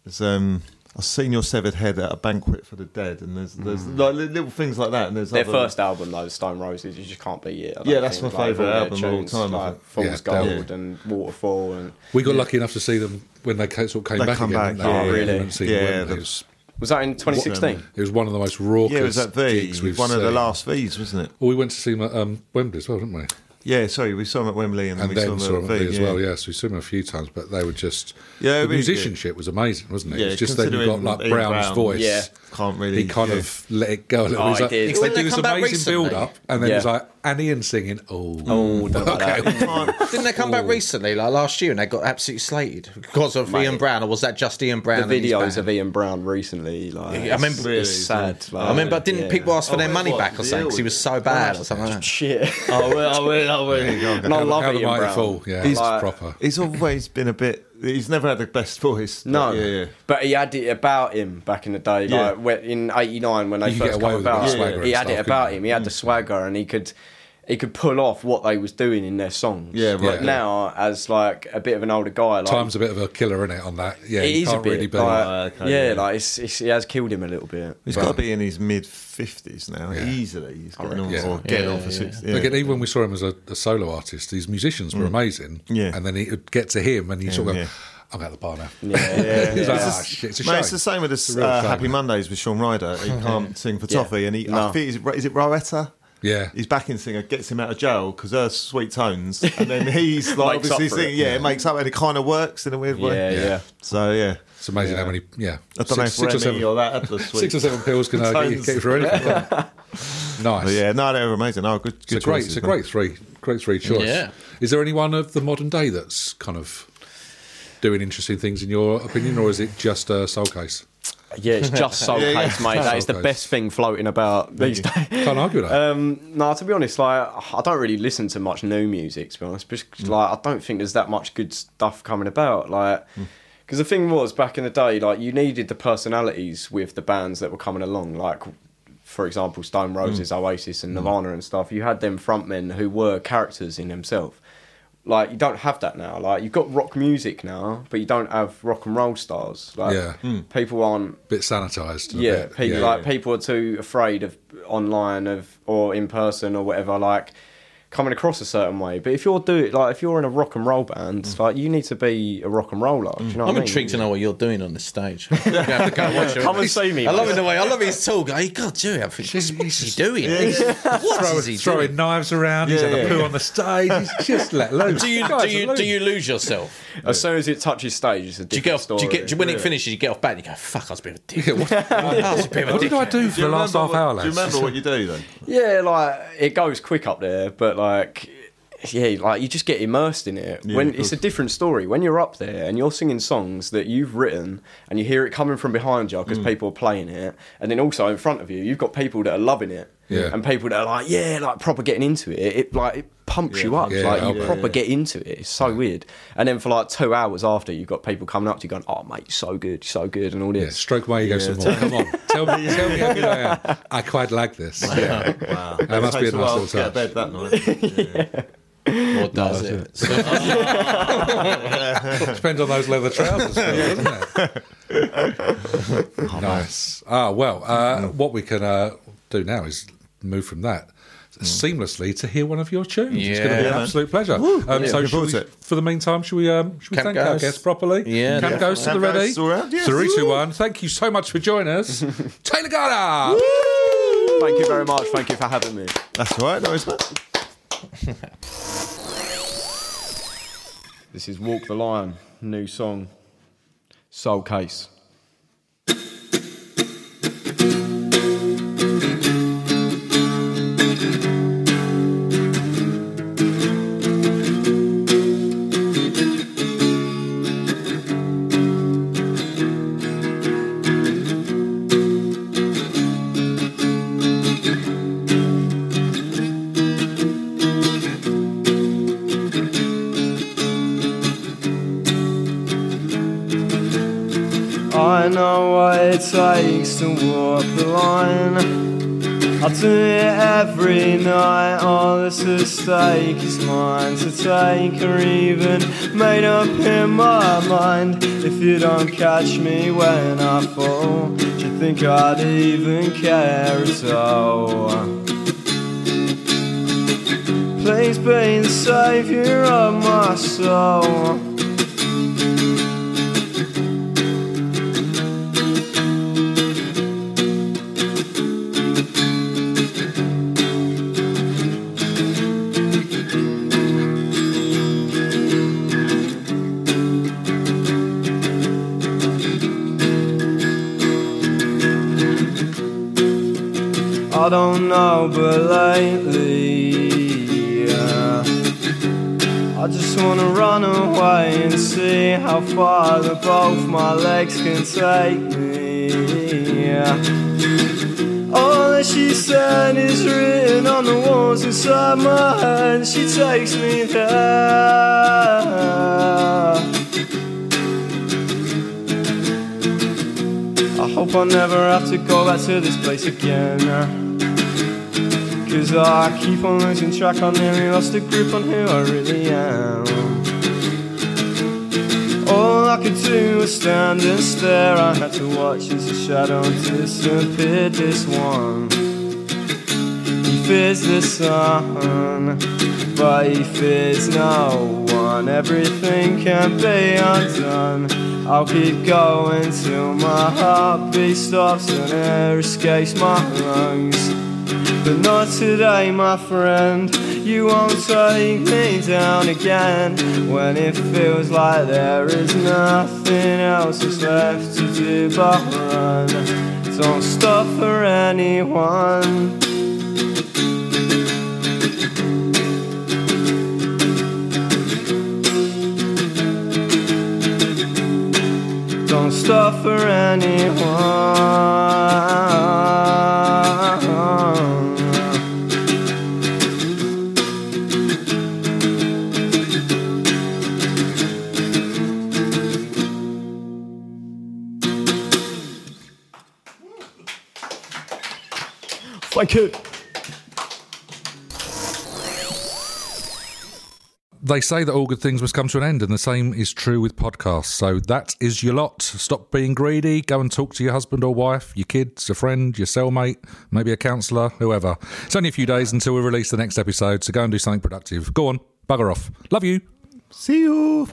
Speaker 4: There's um, I've seen your severed head at a banquet for the dead, and there's there's like li- little things like that. And there's
Speaker 3: Their
Speaker 4: other-
Speaker 3: first album, though, Stone Roses, you just can't beat it. I don't
Speaker 4: Yeah, that's
Speaker 3: think, like,
Speaker 4: my
Speaker 3: all
Speaker 4: favourite
Speaker 3: their
Speaker 4: album of all
Speaker 3: tunes,
Speaker 4: time, I
Speaker 3: Like,
Speaker 4: think.
Speaker 3: Fool's
Speaker 2: Yeah,
Speaker 3: Gold
Speaker 4: definitely.
Speaker 3: and Waterfall and
Speaker 2: We got lucky enough to see them when they ca- sort of came
Speaker 4: They
Speaker 2: back
Speaker 4: come
Speaker 2: again.
Speaker 4: back,
Speaker 2: didn't they?
Speaker 4: yeah.
Speaker 2: We
Speaker 3: Really?
Speaker 2: went and seen
Speaker 4: Yeah,
Speaker 2: them,
Speaker 4: the-
Speaker 2: it, was,
Speaker 3: Was that in 2016?
Speaker 2: it was one of the most raucous
Speaker 4: Yeah, it was that V.
Speaker 2: gigs we've
Speaker 4: one of the
Speaker 2: seen.
Speaker 4: last V's, wasn't it?
Speaker 2: Well, we went to see them at um, Wembley as well, didn't we?
Speaker 4: Yeah, sorry, we saw him at Wembley, and,
Speaker 2: and
Speaker 4: we
Speaker 2: then
Speaker 4: saw
Speaker 2: saw
Speaker 4: him
Speaker 2: him
Speaker 4: at
Speaker 2: at
Speaker 4: V,
Speaker 2: Lee as well. Yeah, so we saw him a few times, but they were just
Speaker 4: Yeah,
Speaker 2: the
Speaker 4: really good.
Speaker 2: musicianship was amazing, wasn't it?
Speaker 4: Yeah,
Speaker 2: it's just then you got
Speaker 4: considering
Speaker 2: like
Speaker 4: Ian
Speaker 2: Brown's
Speaker 4: Brown,
Speaker 2: voice.
Speaker 3: yeah.
Speaker 4: Can't really-
Speaker 2: He kind
Speaker 4: yeah.
Speaker 2: of let it go a little.
Speaker 3: Oh,
Speaker 2: bit. He's like, They,
Speaker 3: he did.
Speaker 5: When
Speaker 2: do
Speaker 5: they
Speaker 2: this
Speaker 5: come back
Speaker 2: amazing
Speaker 5: recently.
Speaker 2: build up, and then
Speaker 3: Yeah.
Speaker 2: he's like, and Ian singing, oh,
Speaker 3: Oh, don't like that.
Speaker 2: okay.
Speaker 4: Oh,
Speaker 5: Didn't they come back recently, like last year, and they got absolutely slated because of
Speaker 3: Mate.
Speaker 5: Ian Brown, or was that just Ian
Speaker 3: The
Speaker 5: Brown? and his
Speaker 3: videos
Speaker 5: band?
Speaker 3: of Ian Brown recently, like
Speaker 5: Yeah, I remember-
Speaker 3: it's,
Speaker 4: Really?
Speaker 3: it's sad. Like,
Speaker 5: I remember, didn't
Speaker 3: yeah.
Speaker 5: people ask for
Speaker 4: Oh,
Speaker 5: their
Speaker 4: wait,
Speaker 5: money
Speaker 4: what?
Speaker 5: back or
Speaker 4: The
Speaker 5: something because he
Speaker 4: deal?
Speaker 5: was so bad or something? like that?
Speaker 3: shit?
Speaker 4: Oh, well, oh, well, oh, well.
Speaker 3: and I
Speaker 2: How the-
Speaker 3: love
Speaker 2: how the
Speaker 3: Ian
Speaker 2: mighty
Speaker 3: Brown.
Speaker 2: fall. Yeah,
Speaker 4: He's
Speaker 2: it's
Speaker 3: like-
Speaker 2: proper.
Speaker 4: He's always been a bit. He's never had the best voice. but
Speaker 3: No,
Speaker 4: yeah, yeah.
Speaker 3: but he had it about him back in the day.
Speaker 4: Yeah.
Speaker 3: Like when, in '89 when they
Speaker 2: You could
Speaker 3: first
Speaker 2: get away
Speaker 3: came
Speaker 2: with a bit of
Speaker 3: about,
Speaker 2: swagger
Speaker 3: he
Speaker 2: and
Speaker 3: had
Speaker 2: stuff,
Speaker 3: it about
Speaker 2: couldn't
Speaker 3: him. He had the swagger, and he could he could pull off what they was doing in their songs.
Speaker 4: Yeah, right,
Speaker 3: But
Speaker 2: yeah.
Speaker 3: now, as like a bit of an older guy, like
Speaker 2: Time's a bit of a killer in it on that. Yeah,
Speaker 3: it
Speaker 2: you
Speaker 3: is a
Speaker 2: can't
Speaker 3: bit.
Speaker 2: really be.
Speaker 3: like,
Speaker 4: Oh, okay,
Speaker 3: yeah,
Speaker 4: yeah.
Speaker 3: like it's, it's, it has killed him a little bit.
Speaker 4: He's got to be in his mid fifties now, easily. He's got on,
Speaker 2: reckon
Speaker 4: or
Speaker 2: so.
Speaker 4: get
Speaker 5: Yeah,
Speaker 4: on for
Speaker 5: yeah.
Speaker 4: sixty.
Speaker 2: Again, even when we saw him as a, a solo artist, these musicians were amazing.
Speaker 4: Mm. Yeah.
Speaker 2: and then he would get to him, and he sort of go,
Speaker 4: yeah.
Speaker 2: "I'm out the bar now."
Speaker 3: Yeah, yeah,
Speaker 2: He's like,
Speaker 4: It's
Speaker 2: "Ah,
Speaker 4: just-
Speaker 2: shit, it's a
Speaker 4: mate,
Speaker 2: shame."
Speaker 4: it's the same with this,
Speaker 2: real
Speaker 4: uh,
Speaker 2: shame.
Speaker 4: Happy Mondays with Sean Ryder. He can't sing for
Speaker 3: Yeah.
Speaker 4: Toffee, and he
Speaker 3: No.
Speaker 4: I think it's, is it Roetta?
Speaker 2: Yeah.
Speaker 4: his backing singer gets him out of jail because her sweet tones, and then he's like
Speaker 3: Makes
Speaker 4: obviously
Speaker 3: up for
Speaker 4: singing.
Speaker 3: it.
Speaker 4: Yeah, it makes up, and it kind of works in a weird way.
Speaker 3: yeah, yeah.
Speaker 4: So yeah,
Speaker 2: It's amazing how many. Yeah,
Speaker 4: I don't know if
Speaker 2: six or
Speaker 4: Remy
Speaker 2: seven
Speaker 4: or that had the sweet.
Speaker 2: six or seven pills can uh, get, you,
Speaker 4: Tones.
Speaker 2: get you through anything. can't it? nice.
Speaker 4: But yeah, no, they were amazing. Oh, good,
Speaker 2: it's
Speaker 4: good
Speaker 2: a great,
Speaker 4: choices,
Speaker 2: it's a
Speaker 4: man.
Speaker 2: great three, great three choice.
Speaker 5: Yeah.
Speaker 2: Is there anyone of the modern day that's kind of doing interesting things in your opinion, or is it just a soul case?
Speaker 3: Yeah, it's just soul
Speaker 4: Yeah, yeah.
Speaker 3: case, mate. That is the
Speaker 2: Soul case.
Speaker 3: best thing floating about these days.
Speaker 2: Can't argue with that.
Speaker 4: Uh,
Speaker 3: Um, no, to be honest, like I don't really listen to much new music. To be honest, because like I don't think there's that much good stuff coming about. Like, because the thing was back in the day, like you needed the personalities with the bands that were coming along. Like, for example, Stone Roses, Oasis, and Nirvana and stuff. You had them frontmen who were characters in themselves. Like you don't have that now. Like you've got rock music now, but you don't have rock and roll stars. Like
Speaker 2: Yeah.
Speaker 3: people aren't
Speaker 2: bit sanitized.
Speaker 3: yeah,
Speaker 2: bit,
Speaker 3: pe- like people are too afraid of online of or in person or whatever, like coming across a certain way. But if you're do like if you're in a rock and roll band, like you need to be a rock and roller. Do you know
Speaker 5: Mm. I'm
Speaker 3: what I mean?
Speaker 5: intrigued to know what you're doing on this stage. You're gonna have to go and watch it.
Speaker 3: Come and see me.
Speaker 5: I love it
Speaker 3: mate.
Speaker 5: the way I love his talk. Hey, God, Jerry, I think
Speaker 2: He's-
Speaker 5: what's he
Speaker 2: he's-
Speaker 5: doing? What is he
Speaker 2: throwing
Speaker 5: doing?
Speaker 2: knives around. he's
Speaker 4: Yeah,
Speaker 2: had a
Speaker 4: yeah,
Speaker 2: poo
Speaker 4: yeah.
Speaker 2: on the stage. He's just let loose.
Speaker 5: Do you
Speaker 2: Guys,
Speaker 5: do you
Speaker 2: loose.
Speaker 5: do you lose yourself?
Speaker 3: As soon as it touches stage, it's a different
Speaker 5: Do you get off?
Speaker 3: story.
Speaker 5: Do you get do you- when it finishes? You get off back and you go, "Fuck, I was a bit of a dick.
Speaker 2: Yeah, what,
Speaker 5: I was a bit of a
Speaker 2: what
Speaker 5: dick."
Speaker 2: did I do for the last half
Speaker 4: remember
Speaker 2: hour,
Speaker 4: what-
Speaker 2: lads?
Speaker 4: Do you remember what you do then?
Speaker 3: Yeah, like it goes quick up there, but like yeah, like you just get immersed in it.
Speaker 4: Yeah,
Speaker 3: when
Speaker 4: of
Speaker 3: it's a
Speaker 4: course.
Speaker 3: different story. When you're up there and you're singing songs that you've written and you hear it coming from behind you
Speaker 4: Mm.
Speaker 3: because people are playing it, and then also in front of you, you've got people that are loving it.
Speaker 2: Yeah.
Speaker 3: And people that are like, yeah, like proper getting into it. It like it pumps you up.
Speaker 2: Yeah,
Speaker 3: like
Speaker 2: yeah,
Speaker 3: you
Speaker 2: yeah,
Speaker 3: proper
Speaker 4: yeah.
Speaker 3: get into it. It's so weird. And then for like two hours after, you've got people coming up to you going, oh mate, you're so good, you're so good, and all
Speaker 2: Yeah,
Speaker 3: this.
Speaker 2: stroke my ego some more. Come on, tell me, tell me how good I am. I quite like this. Yeah.
Speaker 4: Wow,
Speaker 2: That must be a nice
Speaker 4: Takes while
Speaker 2: little
Speaker 4: to get to
Speaker 2: touch.
Speaker 4: bed that night.
Speaker 5: Or does
Speaker 2: No,
Speaker 5: it? So-
Speaker 2: Depends on those leather trousers, Phil, doesn't it? nice. Ah, well, uh, what we can uh, do now is move from that seamlessly to hear one of your tunes. It's going to be an
Speaker 5: Yeah.
Speaker 2: absolute pleasure. um, so,
Speaker 4: Looking
Speaker 2: shall
Speaker 4: forward
Speaker 2: we-
Speaker 4: to it.
Speaker 2: for the meantime, should we um, should we
Speaker 5: Camp
Speaker 2: thank our
Speaker 5: Ghost.
Speaker 2: guests properly?
Speaker 5: Yeah,
Speaker 2: Camp Ghost to the
Speaker 4: Camp Ghost
Speaker 2: ready.
Speaker 4: all round, yes.
Speaker 2: Three, two, one. Thank you so much for joining us, Taylor Garner.
Speaker 3: Thank you very much. Thank you for having me.
Speaker 4: That's all right, no, it's not.
Speaker 3: This is Walk the Lion, new song, Soul Case. I know what it takes to walk the line. I do it every night. All that's at stake is mine to take, or even made up in my mind. If you don't catch me when I fall, do you think I'd even care at all? Please be the savior of my soul. I don't know, but lately, yeah. I just wanna run away and see how far the both my legs can take me. Yeah. All that she said is written on the walls inside my head. She takes me there. I hope I never have to go back to this place again. Cause I keep on losing track, I nearly lost a grip on who I really am. All I could do was stand and stare. I had to watch as the shadow disappeared. This one, he fears the sun, but he fears no one. Everything can be undone. I'll keep going till my heartbeat stops and air escapes my lungs. But not today, my friend. You won't take me down again when it feels like there is nothing else that's left to do but run. Don't stop for anyone. Don't stop for anyone. Thank you.
Speaker 2: They say that all good things must come to an end, and the same is true with podcasts. So that is your lot. Stop being greedy. Go and talk to your husband or wife, your kids, a friend, your cellmate, maybe a counsellor, whoever. It's only a few days until we release the next episode, so go and do something productive. Go on, bugger off. Love you.
Speaker 4: See you.